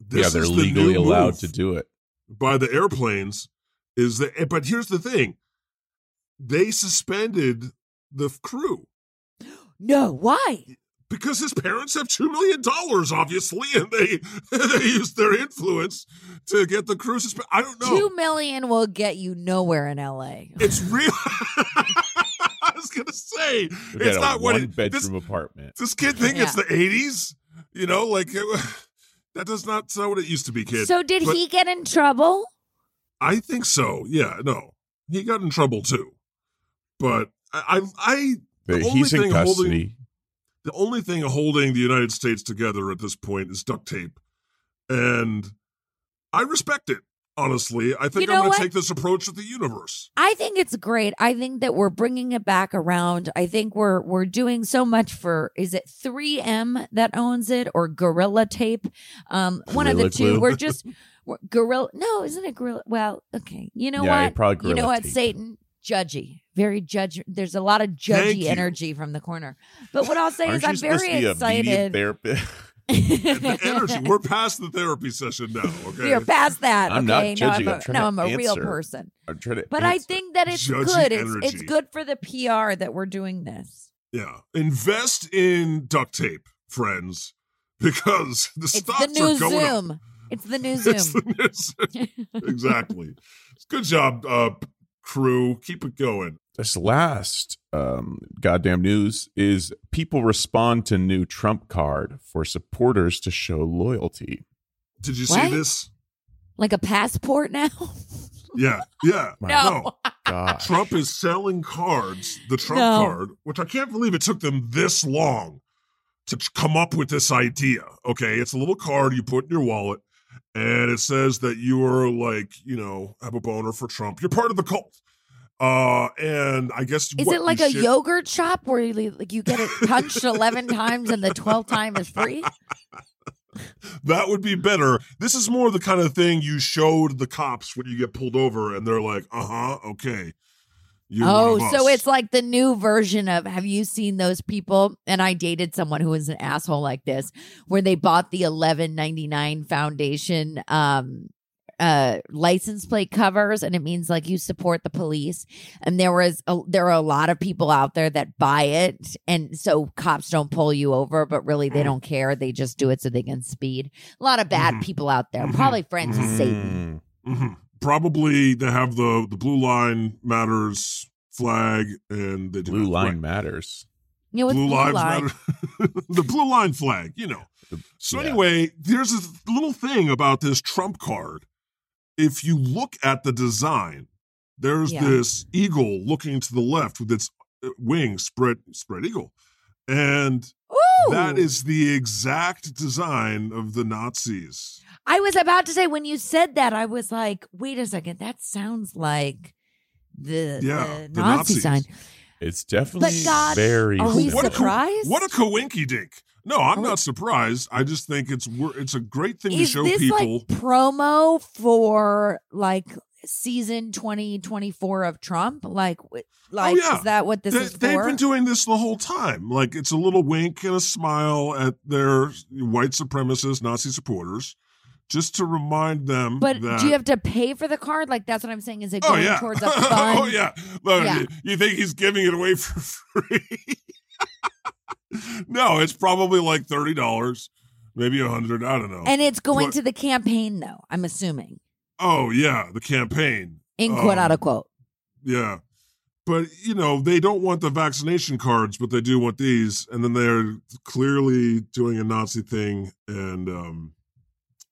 [SPEAKER 2] this
[SPEAKER 3] yeah, they're
[SPEAKER 2] is the
[SPEAKER 3] legally
[SPEAKER 2] new
[SPEAKER 3] allowed
[SPEAKER 2] move.
[SPEAKER 3] to do it.
[SPEAKER 2] by the airplanes is that eh, but here's the thing they suspended the f- crew
[SPEAKER 4] No, why?
[SPEAKER 2] because his parents have two million dollars obviously and they they used their influence to get the crew suspended i don't know
[SPEAKER 4] Two million will get you nowhere in L.A.
[SPEAKER 2] it's real i was gonna say
[SPEAKER 3] Look at
[SPEAKER 2] it's
[SPEAKER 3] a
[SPEAKER 2] not what it,
[SPEAKER 3] one-bedroom
[SPEAKER 2] this,
[SPEAKER 3] apartment.
[SPEAKER 2] this kid think it's the 80s you know like it, that does not sound what it used to be kid
[SPEAKER 4] So did
[SPEAKER 2] But-
[SPEAKER 4] he get in trouble?
[SPEAKER 2] I think so. Yeah, no, he got in trouble too. But I, I, I the only
[SPEAKER 3] He's in
[SPEAKER 2] thing holding-
[SPEAKER 3] custody.
[SPEAKER 2] the only thing holding the United States together at this point is duct tape, and I respect it. Honestly, I think
[SPEAKER 4] You know
[SPEAKER 2] I'm going
[SPEAKER 4] what?
[SPEAKER 2] to take this approach with the universe.
[SPEAKER 4] I think it's great. I think that we're bringing it back around. I think we're we're doing so much for is it 3M that owns it or Gorilla Tape? Um, one of
[SPEAKER 3] Gorilla
[SPEAKER 4] the two.
[SPEAKER 3] Glue.
[SPEAKER 4] We're just we're, Gorilla. No, isn't it Gorilla? Well, okay. You know
[SPEAKER 3] yeah, he
[SPEAKER 4] what?
[SPEAKER 3] probably
[SPEAKER 4] you know
[SPEAKER 3] gorilla
[SPEAKER 4] what,
[SPEAKER 3] tape.
[SPEAKER 4] Satan? Judgy, very judge. There's a lot of
[SPEAKER 2] Thank
[SPEAKER 4] judgy
[SPEAKER 2] you.
[SPEAKER 4] energy from the corner. But what I'll say
[SPEAKER 3] Aren't
[SPEAKER 4] is,
[SPEAKER 3] you
[SPEAKER 4] I'm
[SPEAKER 3] supposed to
[SPEAKER 4] very
[SPEAKER 3] be a media
[SPEAKER 4] excited.
[SPEAKER 3] therapist?
[SPEAKER 2] The energy. We're past the therapy session now.
[SPEAKER 4] We are
[SPEAKER 2] Okay.
[SPEAKER 4] past that.
[SPEAKER 3] I'm not
[SPEAKER 4] okay,
[SPEAKER 3] judging. I'm
[SPEAKER 4] now I'm a,
[SPEAKER 3] trying
[SPEAKER 4] now
[SPEAKER 3] to
[SPEAKER 4] I'm a real
[SPEAKER 3] answer.
[SPEAKER 4] person.
[SPEAKER 3] I'm trying to
[SPEAKER 4] But I
[SPEAKER 3] answer.
[SPEAKER 4] think that it's
[SPEAKER 2] Judgy
[SPEAKER 4] good. It's,
[SPEAKER 2] energy.
[SPEAKER 4] it's good for the PR that we're doing this.
[SPEAKER 2] Yeah. Invest in duct tape, friends, because the
[SPEAKER 4] It's
[SPEAKER 2] stocks
[SPEAKER 4] the new
[SPEAKER 2] are going up.
[SPEAKER 4] Zoom. It's the new
[SPEAKER 2] It's
[SPEAKER 4] Zoom.
[SPEAKER 2] the news. exactly. Good job, uh, crew. Keep it going.
[SPEAKER 3] this last um, goddamn news is people respond to new Trump card for supporters to show loyalty.
[SPEAKER 2] Did you
[SPEAKER 4] What?
[SPEAKER 2] see this?
[SPEAKER 4] like a passport now?
[SPEAKER 2] Yeah, yeah.
[SPEAKER 3] My
[SPEAKER 4] no.
[SPEAKER 3] God,
[SPEAKER 2] Trump is selling cards, the Trump
[SPEAKER 4] No.
[SPEAKER 2] card, which I can't believe it took them this long to t- come up with this idea. Okay, it's a little card you put in your wallet, and it says that you are like, you know, have a boner for Trump. You're part of the cult. Uh, and I guess
[SPEAKER 4] Is
[SPEAKER 2] what,
[SPEAKER 4] it like
[SPEAKER 2] you
[SPEAKER 4] a
[SPEAKER 2] share-
[SPEAKER 4] yogurt shop where you like you get it punched eleven times and the twelfth time is free?
[SPEAKER 2] That would be better. This is more the kind of thing you showed the cops when you get pulled over, and they're like, "Uh huh, "Uh-huh, okay." You're one
[SPEAKER 4] oh,
[SPEAKER 2] of
[SPEAKER 4] so
[SPEAKER 2] us.
[SPEAKER 4] it's like the new version of have you seen those people? And I dated someone who was an asshole like this, where they bought the eleven ninety nine foundation um uh license plate covers and it means like you support the police and there was a, there are a lot of people out there that buy it and so cops don't pull you over but really they don't care they just do it so they can speed a lot of bad
[SPEAKER 2] Mhm.
[SPEAKER 4] people out there
[SPEAKER 2] Mhm.
[SPEAKER 4] probably friends with satan
[SPEAKER 3] Mm.
[SPEAKER 2] Mhm. Probably they have the the blue line matters flag, and they do
[SPEAKER 3] Blue
[SPEAKER 2] not-
[SPEAKER 3] line
[SPEAKER 2] right.
[SPEAKER 3] matters.
[SPEAKER 4] you know Oh, it's
[SPEAKER 2] blue, lives
[SPEAKER 4] line.
[SPEAKER 2] matter. the blue line flag, you know. So
[SPEAKER 3] yeah.
[SPEAKER 2] anyway, there's a little thing about this trump card. If you look at the design, there's
[SPEAKER 4] Yeah.
[SPEAKER 2] this eagle looking to the left with its uh, wings spread spread eagle. And
[SPEAKER 4] Ooh!
[SPEAKER 2] that is the exact design of the Nazis.
[SPEAKER 4] I was about to say when you said that, I was like, wait a second, that sounds like the,
[SPEAKER 2] Yeah,
[SPEAKER 4] the
[SPEAKER 2] the
[SPEAKER 4] Nazi
[SPEAKER 2] Nazis.
[SPEAKER 4] sign.
[SPEAKER 3] It's definitely
[SPEAKER 4] But God,
[SPEAKER 3] very.
[SPEAKER 4] are we
[SPEAKER 3] similar.
[SPEAKER 2] What a co-
[SPEAKER 4] surprised?
[SPEAKER 2] What a coinky dink. No, I'm
[SPEAKER 4] Are we-
[SPEAKER 2] not surprised. I just think it's wor- it's a great thing to
[SPEAKER 4] Is
[SPEAKER 2] show
[SPEAKER 4] this
[SPEAKER 2] people.
[SPEAKER 4] like promo for like season twenty twenty four of Trump? Like, wh- like
[SPEAKER 2] Oh, yeah.
[SPEAKER 4] is that what this is for?
[SPEAKER 2] they, have been doing this the whole time. Like it's a little wink and a smile at their white supremacist Nazi supporters, just to remind them.
[SPEAKER 4] but
[SPEAKER 2] that,
[SPEAKER 4] do you have to pay for the card? Like that's what I'm saying. Is it
[SPEAKER 2] Oh
[SPEAKER 4] going
[SPEAKER 2] yeah.
[SPEAKER 4] towards a fund?
[SPEAKER 2] oh yeah. Look,
[SPEAKER 4] Yeah.
[SPEAKER 2] you- You think he's giving it away for free? no, it's probably like thirty dollars, maybe a hundred. I don't know.
[SPEAKER 4] And it's going
[SPEAKER 2] But-
[SPEAKER 4] to the campaign, though. I'm assuming
[SPEAKER 2] oh yeah, the campaign.
[SPEAKER 4] in quote
[SPEAKER 2] Um,
[SPEAKER 4] out of quote.
[SPEAKER 2] Yeah. But you know they don't want the vaccination cards, but they do want these, and then they're clearly doing a Nazi thing, and um,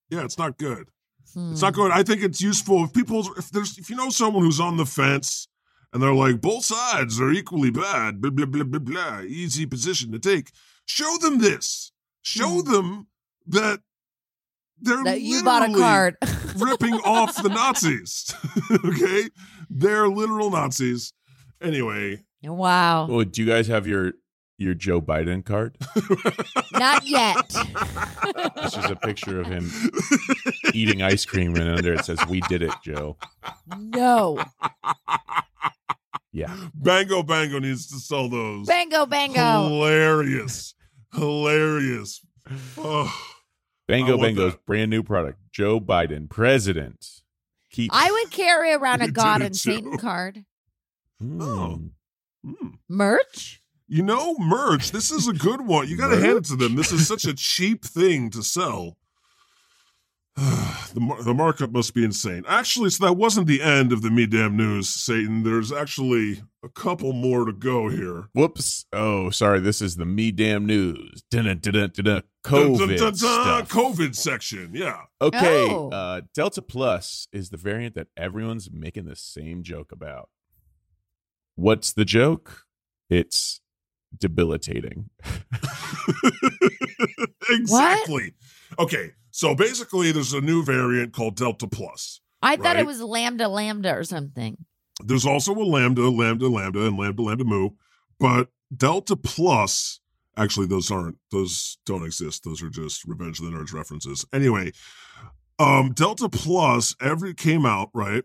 [SPEAKER 2] yeah, it's not good.
[SPEAKER 4] Hmm.
[SPEAKER 2] It's not good. I think it's useful if people if there's if you know someone who's on the fence, and they're like both sides are equally bad, blah blah blah blah blah, easy position to take. Show them this. Show
[SPEAKER 4] Hmm.
[SPEAKER 2] them that they're
[SPEAKER 4] That you bought a
[SPEAKER 2] literally-
[SPEAKER 4] card.
[SPEAKER 2] ripping off the Nazis. okay? They're literal Nazis. Anyway,
[SPEAKER 4] wow.
[SPEAKER 3] Oh, do you guys have your your Joe Biden card?
[SPEAKER 4] Not yet.
[SPEAKER 3] It's just a picture of him eating ice cream, and under it says, "We did it, Joe."
[SPEAKER 4] no.
[SPEAKER 3] Yeah,
[SPEAKER 2] Bango Bango needs to sell those.
[SPEAKER 4] Bango, bango.
[SPEAKER 2] Hilarious. Hilarious. Oh. I
[SPEAKER 3] Bango
[SPEAKER 2] want
[SPEAKER 3] Bango's
[SPEAKER 2] that.
[SPEAKER 3] brand new product. Joe Biden, president. Keep.
[SPEAKER 4] I would carry around
[SPEAKER 2] You
[SPEAKER 4] a
[SPEAKER 2] did
[SPEAKER 4] God
[SPEAKER 2] it
[SPEAKER 4] and Satan
[SPEAKER 2] too.
[SPEAKER 4] card.
[SPEAKER 3] Hmm.
[SPEAKER 2] Oh. Hmm.
[SPEAKER 4] Merch?
[SPEAKER 2] You know, merch, this is a good one. You got to hand it to them. This is such a cheap thing to sell. the, mar- the markup must be insane. Actually, so that wasn't the end of the Me Damn News, Satan. There's actually a couple more to go here.
[SPEAKER 3] Whoops. Oh, sorry. This is the me damn news. Dun, dun, dun, dun, dun. COVID
[SPEAKER 2] Dun, dun, dun, dun,
[SPEAKER 3] stuff.
[SPEAKER 2] COVID section. Yeah.
[SPEAKER 3] Okay.
[SPEAKER 4] Oh.
[SPEAKER 3] Uh, Delta Plus is the variant that everyone's making the same joke about. What's the joke? It's debilitating.
[SPEAKER 2] exactly. Okay. So basically, there's a new variant called Delta Plus.
[SPEAKER 4] I thought
[SPEAKER 2] Right.
[SPEAKER 4] it was Lambda Lambda or something.
[SPEAKER 2] There's also a lambda, lambda, lambda, and lambda, lambda mu, but delta plus. Actually, those aren't; those don't exist. Those are just Revenge of the Nerds references. Anyway, um, delta plus every came out right.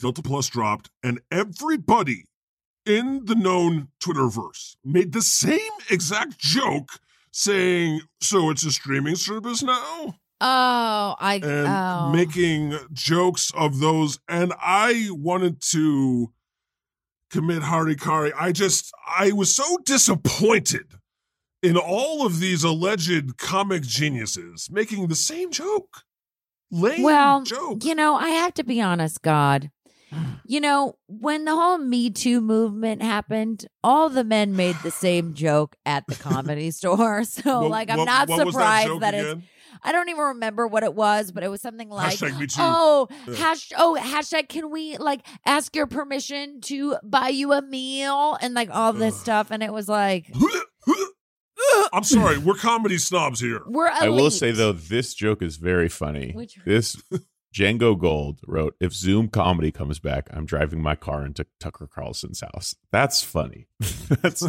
[SPEAKER 2] Delta plus dropped, and everybody in the known Twitterverse made the same exact joke, saying, "So it's a streaming service now."
[SPEAKER 4] Oh, I.
[SPEAKER 2] and
[SPEAKER 4] oh.
[SPEAKER 2] making jokes of those. And I wanted to commit harikari. I just, I was so disappointed in all of these alleged comic geniuses making the same joke. Lame
[SPEAKER 4] Well,
[SPEAKER 2] joke.
[SPEAKER 4] You know, I have to be honest, God. You know, when the whole Me Too movement happened, all the men made the same joke at the comedy store. So,
[SPEAKER 2] What-
[SPEAKER 4] like, I'm
[SPEAKER 2] what-
[SPEAKER 4] not
[SPEAKER 2] what was that
[SPEAKER 4] surprised
[SPEAKER 2] joke
[SPEAKER 4] that it's.
[SPEAKER 2] again?
[SPEAKER 4] I don't even remember what it was, but it was something like,
[SPEAKER 2] Hashtag me too.
[SPEAKER 4] oh,
[SPEAKER 2] Yeah.
[SPEAKER 4] hash, oh, hashtag, can we like ask your permission to buy you a meal and like all this
[SPEAKER 2] Ugh.
[SPEAKER 4] stuff? And it was like,
[SPEAKER 2] I'm sorry, we're comedy snobs here.
[SPEAKER 4] we're elite.
[SPEAKER 3] I will say though, this joke is very funny.
[SPEAKER 4] Which-
[SPEAKER 3] This Django Gold wrote, "If Zoom comedy comes back, I'm driving my car into Tucker Carlson's house." That's funny. that's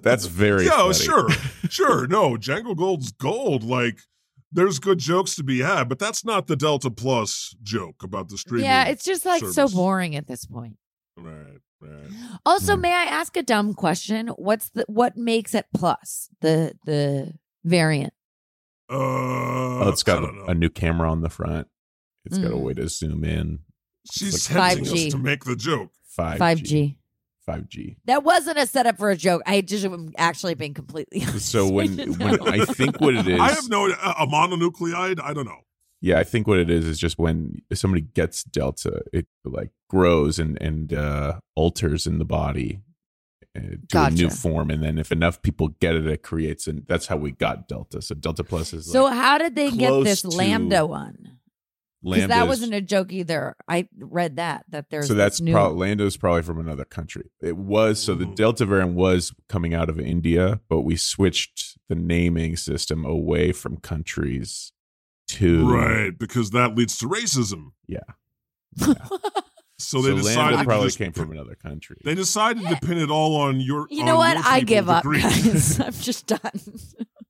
[SPEAKER 3] that's very.
[SPEAKER 2] yeah,
[SPEAKER 3] funny.
[SPEAKER 2] sure, sure. No, Django Gold's gold. Like, there's good jokes to be had, but that's not the Delta Plus joke about the streaming.
[SPEAKER 4] yeah, it's just like so
[SPEAKER 2] service.
[SPEAKER 4] boring at this point.
[SPEAKER 3] Right, right.
[SPEAKER 4] Also,
[SPEAKER 3] Hmm.
[SPEAKER 4] may I ask a dumb question? What's the what makes it plus the the variant?
[SPEAKER 2] Uh,
[SPEAKER 3] Oh, it's
[SPEAKER 2] I
[SPEAKER 3] got
[SPEAKER 2] don't
[SPEAKER 3] a,
[SPEAKER 2] know.
[SPEAKER 3] a new camera on the front. It's got a
[SPEAKER 4] Mm.
[SPEAKER 3] way to zoom in.
[SPEAKER 2] She's
[SPEAKER 4] like
[SPEAKER 2] tempting
[SPEAKER 4] 5G.
[SPEAKER 2] us to make the joke.
[SPEAKER 3] 5G.
[SPEAKER 4] Five G.
[SPEAKER 3] 5G.
[SPEAKER 4] That wasn't a setup for a joke. I just am actually being completely. Honest
[SPEAKER 3] So when
[SPEAKER 4] with you
[SPEAKER 3] when
[SPEAKER 4] now.
[SPEAKER 3] I think what it is,
[SPEAKER 2] I have no uh, a, a mononucleide. I don't know.
[SPEAKER 3] yeah, I think what it is is just when somebody gets delta, it like grows and and uh, alters in the body uh, to a new
[SPEAKER 4] Gotcha.
[SPEAKER 3] form, and then if enough people get it, it creates, and that's how we got delta. So delta plus is
[SPEAKER 4] so
[SPEAKER 3] like
[SPEAKER 4] how did they get
[SPEAKER 3] close
[SPEAKER 4] this
[SPEAKER 3] to
[SPEAKER 4] lambda one? Because
[SPEAKER 3] lambda.
[SPEAKER 4] that
[SPEAKER 3] is-
[SPEAKER 4] wasn't a joke either. I read that that there's
[SPEAKER 3] so that's
[SPEAKER 4] this new.
[SPEAKER 3] probably Lando's probably from another country. It was so the
[SPEAKER 2] Mhm.
[SPEAKER 3] Delta variant was coming out of India, but we switched the naming system away from countries to
[SPEAKER 2] Right, because that leads to racism. So
[SPEAKER 3] So,
[SPEAKER 2] they decided
[SPEAKER 3] Lando
[SPEAKER 2] to
[SPEAKER 3] probably
[SPEAKER 2] just-
[SPEAKER 3] came from another country.
[SPEAKER 2] They decided to pin it all on your.
[SPEAKER 4] you
[SPEAKER 2] on
[SPEAKER 4] know what?
[SPEAKER 2] your
[SPEAKER 4] I
[SPEAKER 2] people,
[SPEAKER 4] give
[SPEAKER 2] the
[SPEAKER 4] up,
[SPEAKER 2] Greeks.
[SPEAKER 4] guys. I'm just done.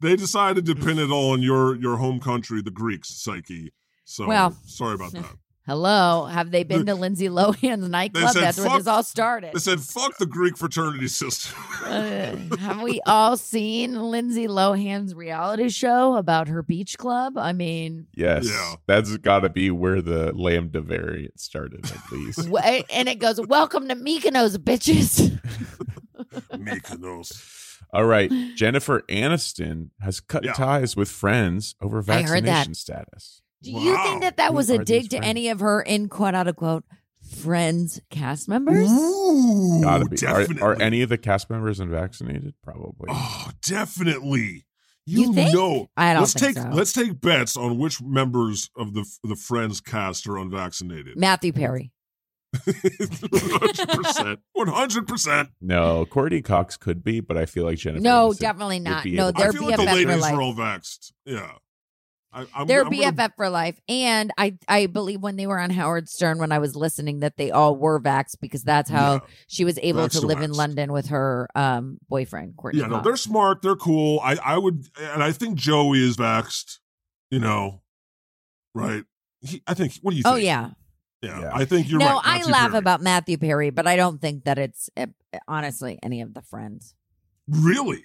[SPEAKER 2] They decided to pin it all on your your home country, the Greeks, Psyche. So
[SPEAKER 4] Well.
[SPEAKER 2] sorry about that.
[SPEAKER 4] Hello, have they been to Lindsay Lohan's nightclub?
[SPEAKER 2] said,
[SPEAKER 4] That's where
[SPEAKER 2] "Fuck-
[SPEAKER 4] this all started.
[SPEAKER 2] They said, "Fuck the Greek fraternity system."
[SPEAKER 4] Uh, have we all seen Lindsay Lohan's reality show about her beach club? I mean,
[SPEAKER 3] Yes.
[SPEAKER 2] Yeah.
[SPEAKER 3] That's got to be where the lambda variant started, at least.
[SPEAKER 4] w- and it goes, "Welcome to Mykonos, bitches."
[SPEAKER 2] Mykonos.
[SPEAKER 3] All right. Jennifer Aniston has cut
[SPEAKER 2] Yeah.
[SPEAKER 3] ties with friends over
[SPEAKER 4] I heard that.
[SPEAKER 3] vaccination status.
[SPEAKER 4] Do you
[SPEAKER 2] Wow.
[SPEAKER 4] think that that
[SPEAKER 3] Who
[SPEAKER 4] was a
[SPEAKER 3] are
[SPEAKER 4] dig
[SPEAKER 3] these
[SPEAKER 4] to
[SPEAKER 3] friends?
[SPEAKER 4] any of her in quote out of quote friends cast members?
[SPEAKER 2] Ooh,
[SPEAKER 3] Gotta be. Are,
[SPEAKER 2] definitely.
[SPEAKER 3] are any of the cast members unvaccinated? Probably.
[SPEAKER 2] Oh, definitely. You,
[SPEAKER 4] You think?
[SPEAKER 2] know.
[SPEAKER 4] I don't
[SPEAKER 2] let's
[SPEAKER 4] think
[SPEAKER 2] take
[SPEAKER 4] so.
[SPEAKER 2] let's take bets on which members of the the Friends cast are unvaccinated.
[SPEAKER 4] Matthew Perry.
[SPEAKER 2] One hundred percent. One hundred percent.
[SPEAKER 3] No, Courtney Cox could be, but I feel like Jennifer.
[SPEAKER 4] no,
[SPEAKER 3] Aniston-
[SPEAKER 4] definitely not.
[SPEAKER 3] be
[SPEAKER 4] No,
[SPEAKER 3] able-
[SPEAKER 2] I
[SPEAKER 4] they're
[SPEAKER 2] feel like the
[SPEAKER 4] BFF for
[SPEAKER 2] ladies are
[SPEAKER 4] life.
[SPEAKER 2] all vaxxed. Yeah. I, I'm,
[SPEAKER 4] They're
[SPEAKER 2] I'm
[SPEAKER 4] BFF
[SPEAKER 2] Gonna,
[SPEAKER 4] for life, and I I believe when they were on Howard Stern when I was listening that they all were vaxxed because that's how
[SPEAKER 2] Yeah.
[SPEAKER 4] she was able
[SPEAKER 2] Vaxxed
[SPEAKER 4] to
[SPEAKER 2] to
[SPEAKER 4] live in
[SPEAKER 2] waxed.
[SPEAKER 4] London with her um boyfriend Courtney.
[SPEAKER 2] yeah, no,
[SPEAKER 4] Cox.
[SPEAKER 2] they're smart. They're cool. I, I would, and I think Joey is vaxxed. You know, right? He, I think. What do you? think?
[SPEAKER 4] Oh yeah.
[SPEAKER 2] yeah.
[SPEAKER 3] Yeah.
[SPEAKER 2] I think you're
[SPEAKER 4] no,
[SPEAKER 2] right.
[SPEAKER 4] I
[SPEAKER 2] Matthew
[SPEAKER 4] laugh
[SPEAKER 2] Perry.
[SPEAKER 4] about Matthew Perry, but I don't think that it's uh, honestly any of the friends.
[SPEAKER 2] really.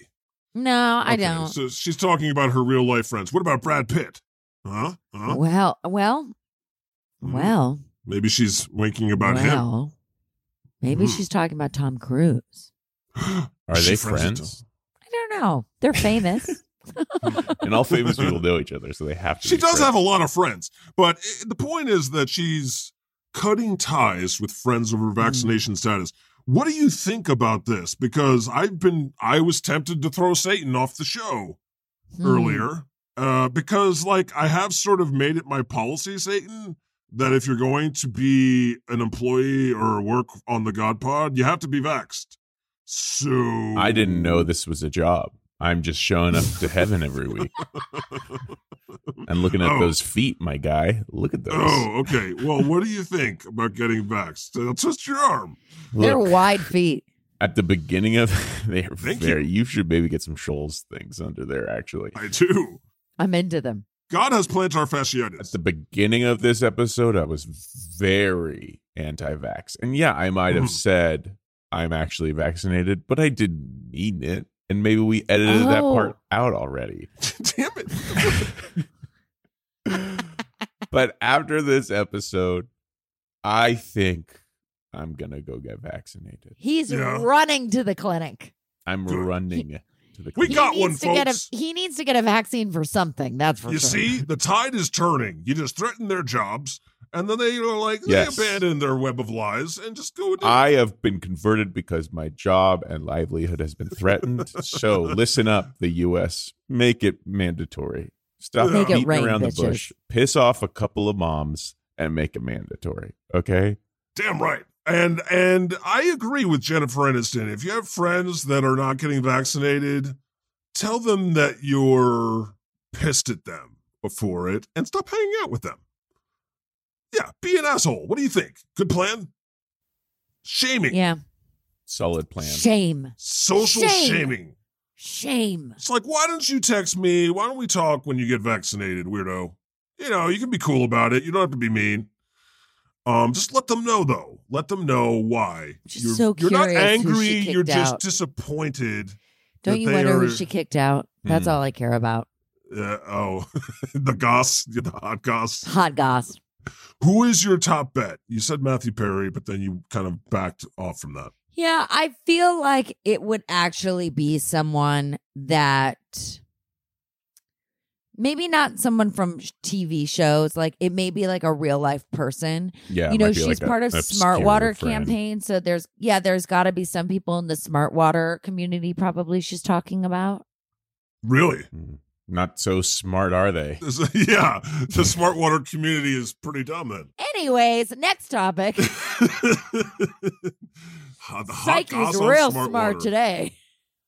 [SPEAKER 4] No, I
[SPEAKER 2] Okay,
[SPEAKER 4] don't.
[SPEAKER 2] So she's talking about her real life friends. What about Brad Pitt? Huh? Huh?
[SPEAKER 4] Well, well,
[SPEAKER 2] Hmm.
[SPEAKER 4] well,
[SPEAKER 2] Maybe she's winking about him.
[SPEAKER 4] well. Maybe
[SPEAKER 2] Hmm.
[SPEAKER 4] she's talking about Tom Cruise.
[SPEAKER 3] Are
[SPEAKER 2] Is she
[SPEAKER 3] they
[SPEAKER 2] friends with
[SPEAKER 3] friends?
[SPEAKER 4] I don't know. They're famous.
[SPEAKER 3] and all famous people know each other, so they have to.
[SPEAKER 2] she
[SPEAKER 3] be
[SPEAKER 2] does
[SPEAKER 3] friends.
[SPEAKER 2] have a lot of friends, but i the point is that she's cutting ties with friends over
[SPEAKER 3] Mm-hmm.
[SPEAKER 2] vaccination status. What do you think about this? Because I've been, I was tempted to throw Satan off the show
[SPEAKER 3] Mm.
[SPEAKER 4] Hmm.
[SPEAKER 2] earlier uh, because, like, I have sort of made it my policy, Satan, that if you're going to be an employee or work on the God Pod, you have to be vaxxed. So
[SPEAKER 3] I didn't know this was a job. I'm just showing up to heaven every week and looking at
[SPEAKER 2] Oh.
[SPEAKER 3] those feet, my guy. Look at those.
[SPEAKER 2] Oh, okay. Well, what do you think about getting vaxxed? They'll twist your arm.
[SPEAKER 4] They're
[SPEAKER 3] Look,
[SPEAKER 4] wide feet.
[SPEAKER 3] at the beginning of they're
[SPEAKER 2] Thank
[SPEAKER 3] very. You. should maybe get some Shoals things under there. Actually,
[SPEAKER 2] I do.
[SPEAKER 4] I'm into them.
[SPEAKER 2] God has plantar
[SPEAKER 3] at
[SPEAKER 2] fasciitis.
[SPEAKER 3] the beginning of this episode, I was very anti-vax, and yeah, I might have
[SPEAKER 2] Mhm.
[SPEAKER 3] said I'm actually vaccinated, but I didn't mean it. And maybe we edited that
[SPEAKER 4] Oh.
[SPEAKER 3] part out already.
[SPEAKER 2] Damn it.
[SPEAKER 3] but after this episode, I think I'm gonna go get vaccinated.
[SPEAKER 4] He's
[SPEAKER 2] Yeah.
[SPEAKER 4] running to the clinic.
[SPEAKER 3] I'm
[SPEAKER 2] Good.
[SPEAKER 3] running to the
[SPEAKER 2] We
[SPEAKER 4] He
[SPEAKER 3] clinic.
[SPEAKER 2] got
[SPEAKER 4] needs
[SPEAKER 2] one,
[SPEAKER 4] to get
[SPEAKER 2] folks.
[SPEAKER 4] a he needs to get a vaccine for something. That's for
[SPEAKER 2] You
[SPEAKER 4] sure.
[SPEAKER 2] see, the tide is turning. You just threaten their jobs, and then they are like,
[SPEAKER 3] Yes.
[SPEAKER 2] they abandon their web of lies and just go. into-
[SPEAKER 3] I have been converted because my job and livelihood has been threatened. so listen up, the U.S. Make it mandatory. Stop
[SPEAKER 2] Make it
[SPEAKER 3] beating
[SPEAKER 4] rain,
[SPEAKER 3] around
[SPEAKER 4] bitches.
[SPEAKER 3] the bush. Piss off a couple of moms and make it mandatory. Okay.
[SPEAKER 2] Damn right. And and I agree with Jennifer Aniston. If you have friends that are not getting vaccinated, tell them that you're pissed at them before it, and stop hanging out with them. Yeah, be an asshole. What do you think? Good plan. Shaming,
[SPEAKER 4] Yeah.
[SPEAKER 3] Solid plan.
[SPEAKER 4] Shame.
[SPEAKER 2] social
[SPEAKER 4] Shame.
[SPEAKER 2] shaming.
[SPEAKER 4] Shame.
[SPEAKER 2] It's like, why don't you text me? Why don't we talk when you get vaccinated, weirdo? You know, you can be cool about it. You don't have to be mean. Um, just let them know though. Let them know why.
[SPEAKER 4] Just
[SPEAKER 2] you're
[SPEAKER 4] so
[SPEAKER 2] you're not
[SPEAKER 4] curious who
[SPEAKER 2] angry,
[SPEAKER 4] she kicked
[SPEAKER 2] you're just
[SPEAKER 4] out.
[SPEAKER 2] disappointed.
[SPEAKER 4] Don't
[SPEAKER 2] that
[SPEAKER 4] you
[SPEAKER 2] they
[SPEAKER 4] wonder
[SPEAKER 2] are-
[SPEAKER 4] who she kicked out? That's
[SPEAKER 3] Mm.
[SPEAKER 4] all I care about.
[SPEAKER 2] Uh, oh, the goss, the hot goss.
[SPEAKER 4] Hot goss.
[SPEAKER 2] Who is your top bet? You said Matthew Perry, but then you kind of backed off from that.
[SPEAKER 4] Yeah, I feel like it would actually be someone that maybe not someone from sh- TV shows. Like it may be like a real life person.
[SPEAKER 3] Yeah,
[SPEAKER 4] you
[SPEAKER 3] it might
[SPEAKER 4] know,
[SPEAKER 3] be
[SPEAKER 4] she's
[SPEAKER 3] like a-
[SPEAKER 4] part of
[SPEAKER 3] an
[SPEAKER 4] Smart
[SPEAKER 3] obscure
[SPEAKER 4] Water
[SPEAKER 3] friend.
[SPEAKER 4] campaign. So there's yeah, there's got to be some people in the Smart Water community probably she's talking about.
[SPEAKER 2] Really?
[SPEAKER 3] Not so smart, are they?
[SPEAKER 2] This- yeah, the smart water community is pretty dumb then.
[SPEAKER 4] Anyways, next topic.
[SPEAKER 2] Uh, the hot goss
[SPEAKER 4] Psyche's
[SPEAKER 2] on
[SPEAKER 4] real
[SPEAKER 2] smart,
[SPEAKER 4] smart
[SPEAKER 2] water.
[SPEAKER 4] today.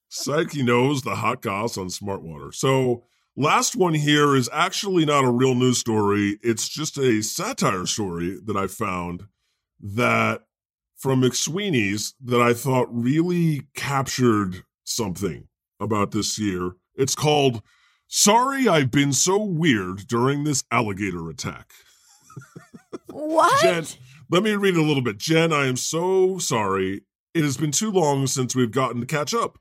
[SPEAKER 2] Psyche knows the hot goss on smart water. So, last one here is actually not a real news story. It's just a satire story that I found that from McSweeney's that I thought really captured something about this year. It's called Sorry I've Been So Weird During This Alligator Attack.
[SPEAKER 4] What?
[SPEAKER 2] Jen, let me read it a little bit. Jen, I am so sorry. It has been too long since we've gotten to catch up.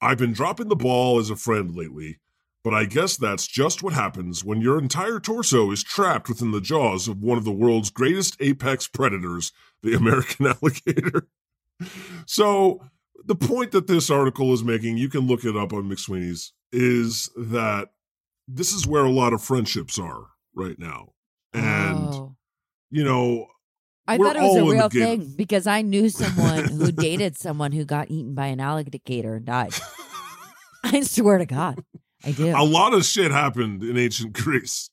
[SPEAKER 2] I've been dropping the ball as a friend lately, but I guess that's just what happens when your entire torso is trapped within the jaws of one of the world's greatest apex predators, the American alligator. so, the point that this article is making, you can look it up on McSweeney's, is that this is where a lot of friendships are right now. And,
[SPEAKER 4] Oh.
[SPEAKER 2] you know,
[SPEAKER 4] I
[SPEAKER 2] We're
[SPEAKER 4] thought it was
[SPEAKER 2] all
[SPEAKER 4] a
[SPEAKER 2] in the
[SPEAKER 4] real
[SPEAKER 2] gator.
[SPEAKER 4] thing because I knew someone who dated someone who got eaten by an alligator and died. I swear to God, I do.
[SPEAKER 2] a lot of shit happened in ancient Greece.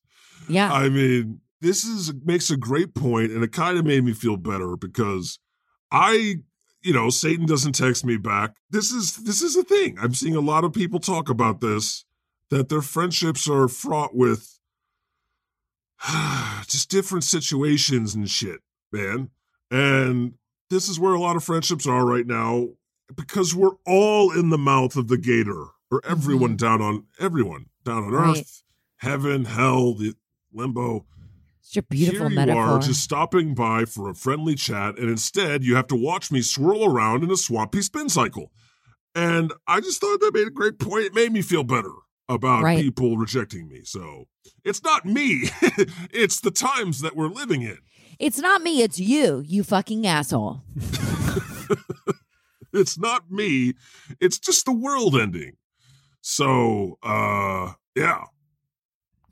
[SPEAKER 4] yeah,
[SPEAKER 2] I mean, this is makes a great point, and it kind of made me feel better because I, you know, Satan doesn't text me back. This is this is a thing. I'm seeing a lot of people talk about this that their friendships are fraught with just different situations and shit, man. And this is where a lot of friendships are right now because we're all in the mouth of the gator or everyone down on everyone down on
[SPEAKER 4] Right.
[SPEAKER 2] earth heaven hell the limbo
[SPEAKER 4] it's your beautiful
[SPEAKER 2] here you
[SPEAKER 4] metaphor.
[SPEAKER 2] are just stopping by for a friendly chat and instead you have to watch me swirl around in a swampy spin cycle and i just thought that made a great point it made me feel better about
[SPEAKER 4] Right.
[SPEAKER 2] people rejecting me so it's not me it's the times that we're living in
[SPEAKER 4] It's not me. It's you. You fucking asshole.
[SPEAKER 2] it's not me it's just the world ending so uh yeah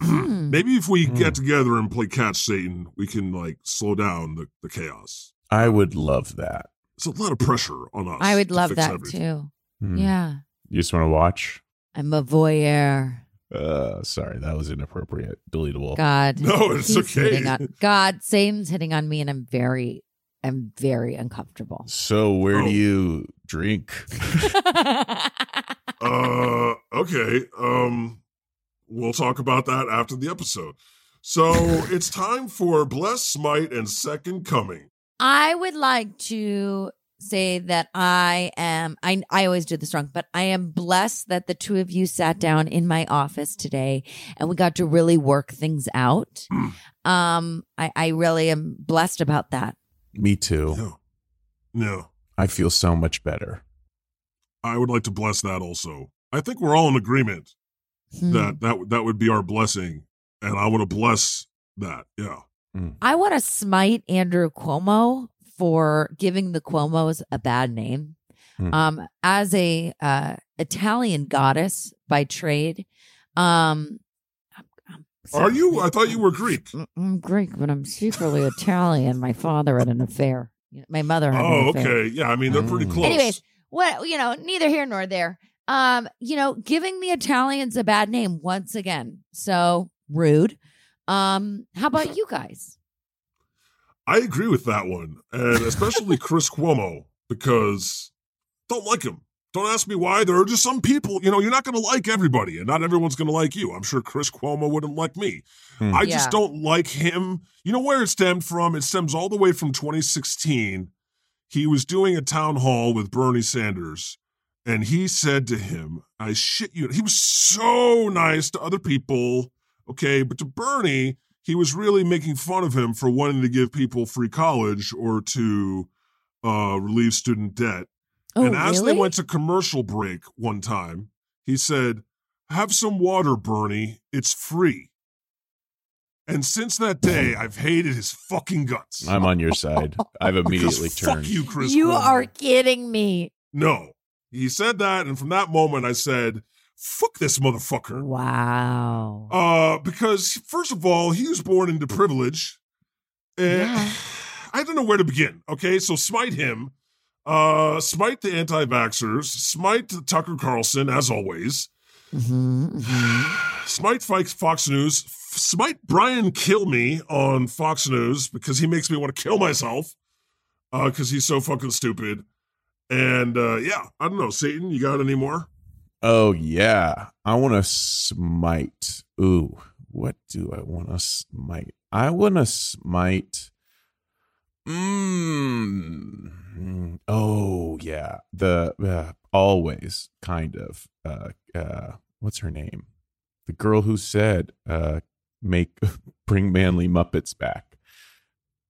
[SPEAKER 4] Hmm.
[SPEAKER 2] maybe if we
[SPEAKER 3] Hmm.
[SPEAKER 2] get together and play catch satan we can like slow down the, the chaos
[SPEAKER 3] I would love that.
[SPEAKER 2] it's a lot of pressure on us
[SPEAKER 4] I would
[SPEAKER 2] to
[SPEAKER 4] love
[SPEAKER 2] fix
[SPEAKER 4] that
[SPEAKER 2] everything.
[SPEAKER 4] too.
[SPEAKER 3] Hmm.
[SPEAKER 4] Yeah,
[SPEAKER 3] You just want to watch?
[SPEAKER 4] I'm a voyeur.
[SPEAKER 3] Uh, sorry, that was inappropriate. Deletable.
[SPEAKER 4] God,
[SPEAKER 2] No, it's
[SPEAKER 4] he's
[SPEAKER 2] okay.
[SPEAKER 4] hitting on- God, Satan's hitting on me, and I'm very, I'm very uncomfortable.
[SPEAKER 3] So where
[SPEAKER 2] Oh.
[SPEAKER 3] do you drink?
[SPEAKER 2] uh okay um we'll talk about that after the episode so it's time for bless smite and second coming
[SPEAKER 4] I would like to say that I am I I always do this wrong, but I am blessed that the two of you sat down in my office today and we got to really work things out.
[SPEAKER 2] Hmm.
[SPEAKER 4] um I I really am blessed about that.
[SPEAKER 3] Me too.
[SPEAKER 2] no no
[SPEAKER 3] I feel so much better.
[SPEAKER 2] i would like to bless that also i think we're all in agreement
[SPEAKER 4] Hmm.
[SPEAKER 2] that that would- that would be our blessing and i want to bless that yeah
[SPEAKER 4] I want to smite Andrew Cuomo for giving the Cuomos a bad name.
[SPEAKER 3] Hmm.
[SPEAKER 4] Um, as a uh, Italian goddess by trade, um, I'm- I'm
[SPEAKER 2] are you i
[SPEAKER 4] secretly-
[SPEAKER 2] thought you were greek
[SPEAKER 4] I'm- I'm Greek, but I'm secretly Italian. My father had an affair. My mother had an
[SPEAKER 2] oh
[SPEAKER 4] affair.
[SPEAKER 2] okay yeah i mean they're pretty
[SPEAKER 3] Mm.
[SPEAKER 2] close
[SPEAKER 4] Anyways, what you know, neither here nor there. Um, you know, giving the Italians a bad name once again. So rude. Um, how about you guys?
[SPEAKER 2] i agree with that one and especially chris cuomo because don't like him don't ask me why there are just some people you know you're not going to like everybody and not everyone's going to like you i'm sure chris cuomo wouldn't like me
[SPEAKER 3] Hmm.
[SPEAKER 2] i
[SPEAKER 4] Yeah.
[SPEAKER 2] just don't like him you know where it stemmed from it stems all the way from 2016 he was doing a town hall with Bernie Sanders, and he said to him, I shit you. He was so nice to other people, okay, but to Bernie, he was really making fun of him for wanting to give people free college or to uh, relieve student debt.
[SPEAKER 4] Oh,
[SPEAKER 2] and as
[SPEAKER 4] really?
[SPEAKER 2] they went to commercial break one time, he said, Have some water, Bernie. It's free. And since that day, I've hated his fucking guts.
[SPEAKER 3] I'm on your side. I've
[SPEAKER 2] Because
[SPEAKER 3] immediately
[SPEAKER 2] Fuck
[SPEAKER 3] turned.
[SPEAKER 2] you, Chris.
[SPEAKER 4] you
[SPEAKER 2] Cuomo.
[SPEAKER 4] are kidding me.
[SPEAKER 2] No. He said that. And from that moment, I said, Fuck this motherfucker.
[SPEAKER 4] Wow.
[SPEAKER 3] Oh.
[SPEAKER 2] Uh, because first of all, he was born into privilege. And
[SPEAKER 4] Yeah.
[SPEAKER 2] I don't know where to begin. Okay, so smite him. Uh, smite the anti-vaxxers. Smite Tucker Carlson, as always.
[SPEAKER 4] Mhm, mhm.
[SPEAKER 2] Smite Fox Fox News. F- Smite Brian Kilme on Fox News because he makes me want to kill myself. Uh, because he's so fucking stupid. And uh, yeah, I don't know, Satan. You got any more?
[SPEAKER 3] Oh yeah, I want to smite. Ooh, what do I want to smite? I want to smite. Mmm. Oh yeah, the uh, always kind of. Uh, uh, what's her name? The girl who said, "Uh, make bring manly Muppets back."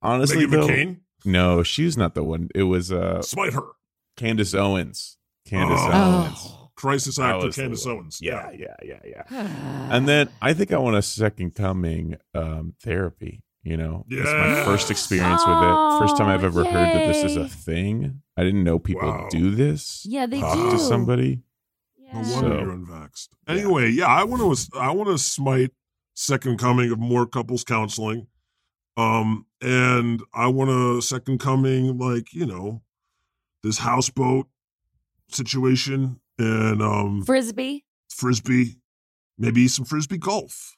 [SPEAKER 3] Honestly,
[SPEAKER 2] Megan
[SPEAKER 3] though,
[SPEAKER 2] McCain.
[SPEAKER 3] no, she's not the one. It was uh,
[SPEAKER 2] Smite her.
[SPEAKER 3] Candace Owens. Candace
[SPEAKER 2] Oh.
[SPEAKER 3] Owens.
[SPEAKER 4] Oh.
[SPEAKER 2] Crisis
[SPEAKER 3] That
[SPEAKER 2] actor
[SPEAKER 3] was the
[SPEAKER 2] Candace
[SPEAKER 3] one.
[SPEAKER 2] Owens.
[SPEAKER 3] Yeah, yeah, yeah, yeah. And then I think I want a second coming um, therapy. You know, it's my
[SPEAKER 2] Yeah.
[SPEAKER 3] first experience with it. First time I've
[SPEAKER 4] Oh,
[SPEAKER 3] ever heard that this is
[SPEAKER 4] yay.
[SPEAKER 3] a thing. I didn't know people
[SPEAKER 2] Wow.
[SPEAKER 3] do this
[SPEAKER 4] yeah, they
[SPEAKER 2] Ah.
[SPEAKER 4] do.
[SPEAKER 3] to somebody.
[SPEAKER 2] No
[SPEAKER 4] Yeah.
[SPEAKER 2] wonder
[SPEAKER 3] So-
[SPEAKER 2] you're unvaxxed. Anyway, yeah, I want to I want to smite second coming of more couples counseling, um, and I want a second coming like you know this houseboat situation and um
[SPEAKER 4] Frisbee.
[SPEAKER 2] frisbee, maybe some frisbee golf.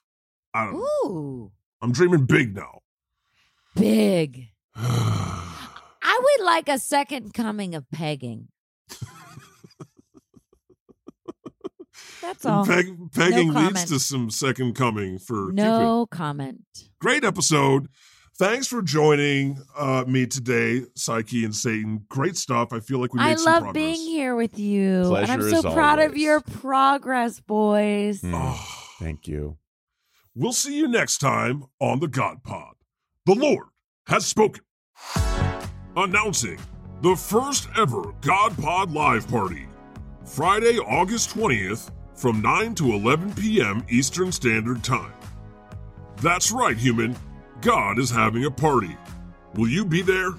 [SPEAKER 2] I
[SPEAKER 3] Hmm.
[SPEAKER 2] don't. know.
[SPEAKER 4] Ooh,
[SPEAKER 2] I'm dreaming big now.
[SPEAKER 4] big. I would like a second coming of pegging. That's all.
[SPEAKER 2] Peg, pegging leads
[SPEAKER 4] comment.
[SPEAKER 2] to some second coming for Cupid.
[SPEAKER 4] no comment.
[SPEAKER 2] great episode. Thanks for joining uh, me today, Psyche and Satan. Great stuff. I feel like we made
[SPEAKER 4] I
[SPEAKER 2] some
[SPEAKER 4] love
[SPEAKER 2] progress.
[SPEAKER 4] being here with you. and I'm
[SPEAKER 3] Pleasure
[SPEAKER 4] so
[SPEAKER 3] as
[SPEAKER 4] proud of
[SPEAKER 3] always.
[SPEAKER 4] your progress, boys.
[SPEAKER 3] Mm,
[SPEAKER 2] Oh.
[SPEAKER 3] thank you.
[SPEAKER 2] We'll see you next time on the God Pod. The Lord has spoken. Announcing the first ever God Pod Live Party, Friday, August 20th from 9 to 11 p.m. Eastern Standard Time. That's right, human. God is having a party. Will you be there?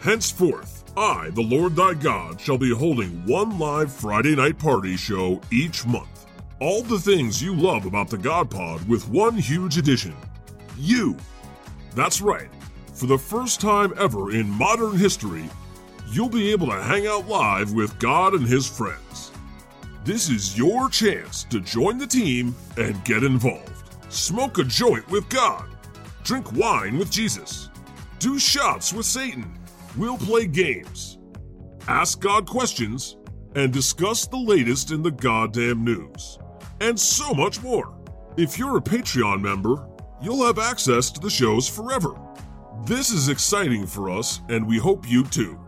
[SPEAKER 2] Henceforth, I, the Lord thy God, shall be holding one live Friday night party show each month. All the things you love about the God Pod with one huge addition you. That's right. For the first time ever in modern history, you'll be able to hang out live with God and his friends. This is your chance to join the team and get involved. Smoke a joint with God. Drink wine with Jesus. Do shots with Satan. We'll play games. Ask God questions and discuss the latest in the goddamn news. And so much more. If you're a Patreon member, you'll have access to the shows forever. This is exciting for us, and we hope you too.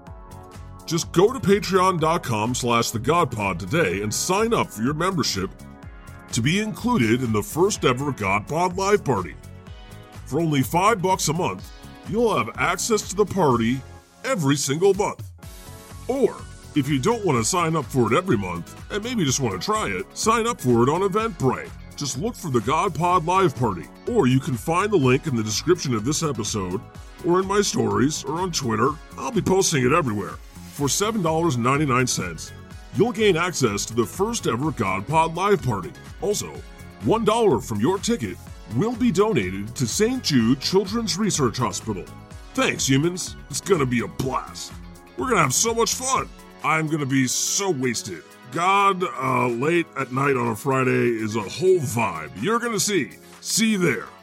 [SPEAKER 2] Just go to patreon.com slash the godpod today and sign up for your membership to be included in the first ever Godpod Live Party. For only five bucks a month, you'll have access to the party every single month. Or, if you don't want to sign up for it every month, and maybe just want to try it, sign up for it on Eventbrite. Just look for the GodPod Live Party, or you can find the link in the description of this episode, or in my stories, or on Twitter. I'll be posting it everywhere. For $7.99, you'll gain access to the first ever GodPod Live Party. Also, $1 from your ticket will be donated to St. Jude Children's Research Hospital. Thanks, humans. It's gonna be a blast. We're gonna have so much fun. I'm gonna be so wasted. God, uh, late at night on a Friday is a whole vibe. You're gonna see. See you there.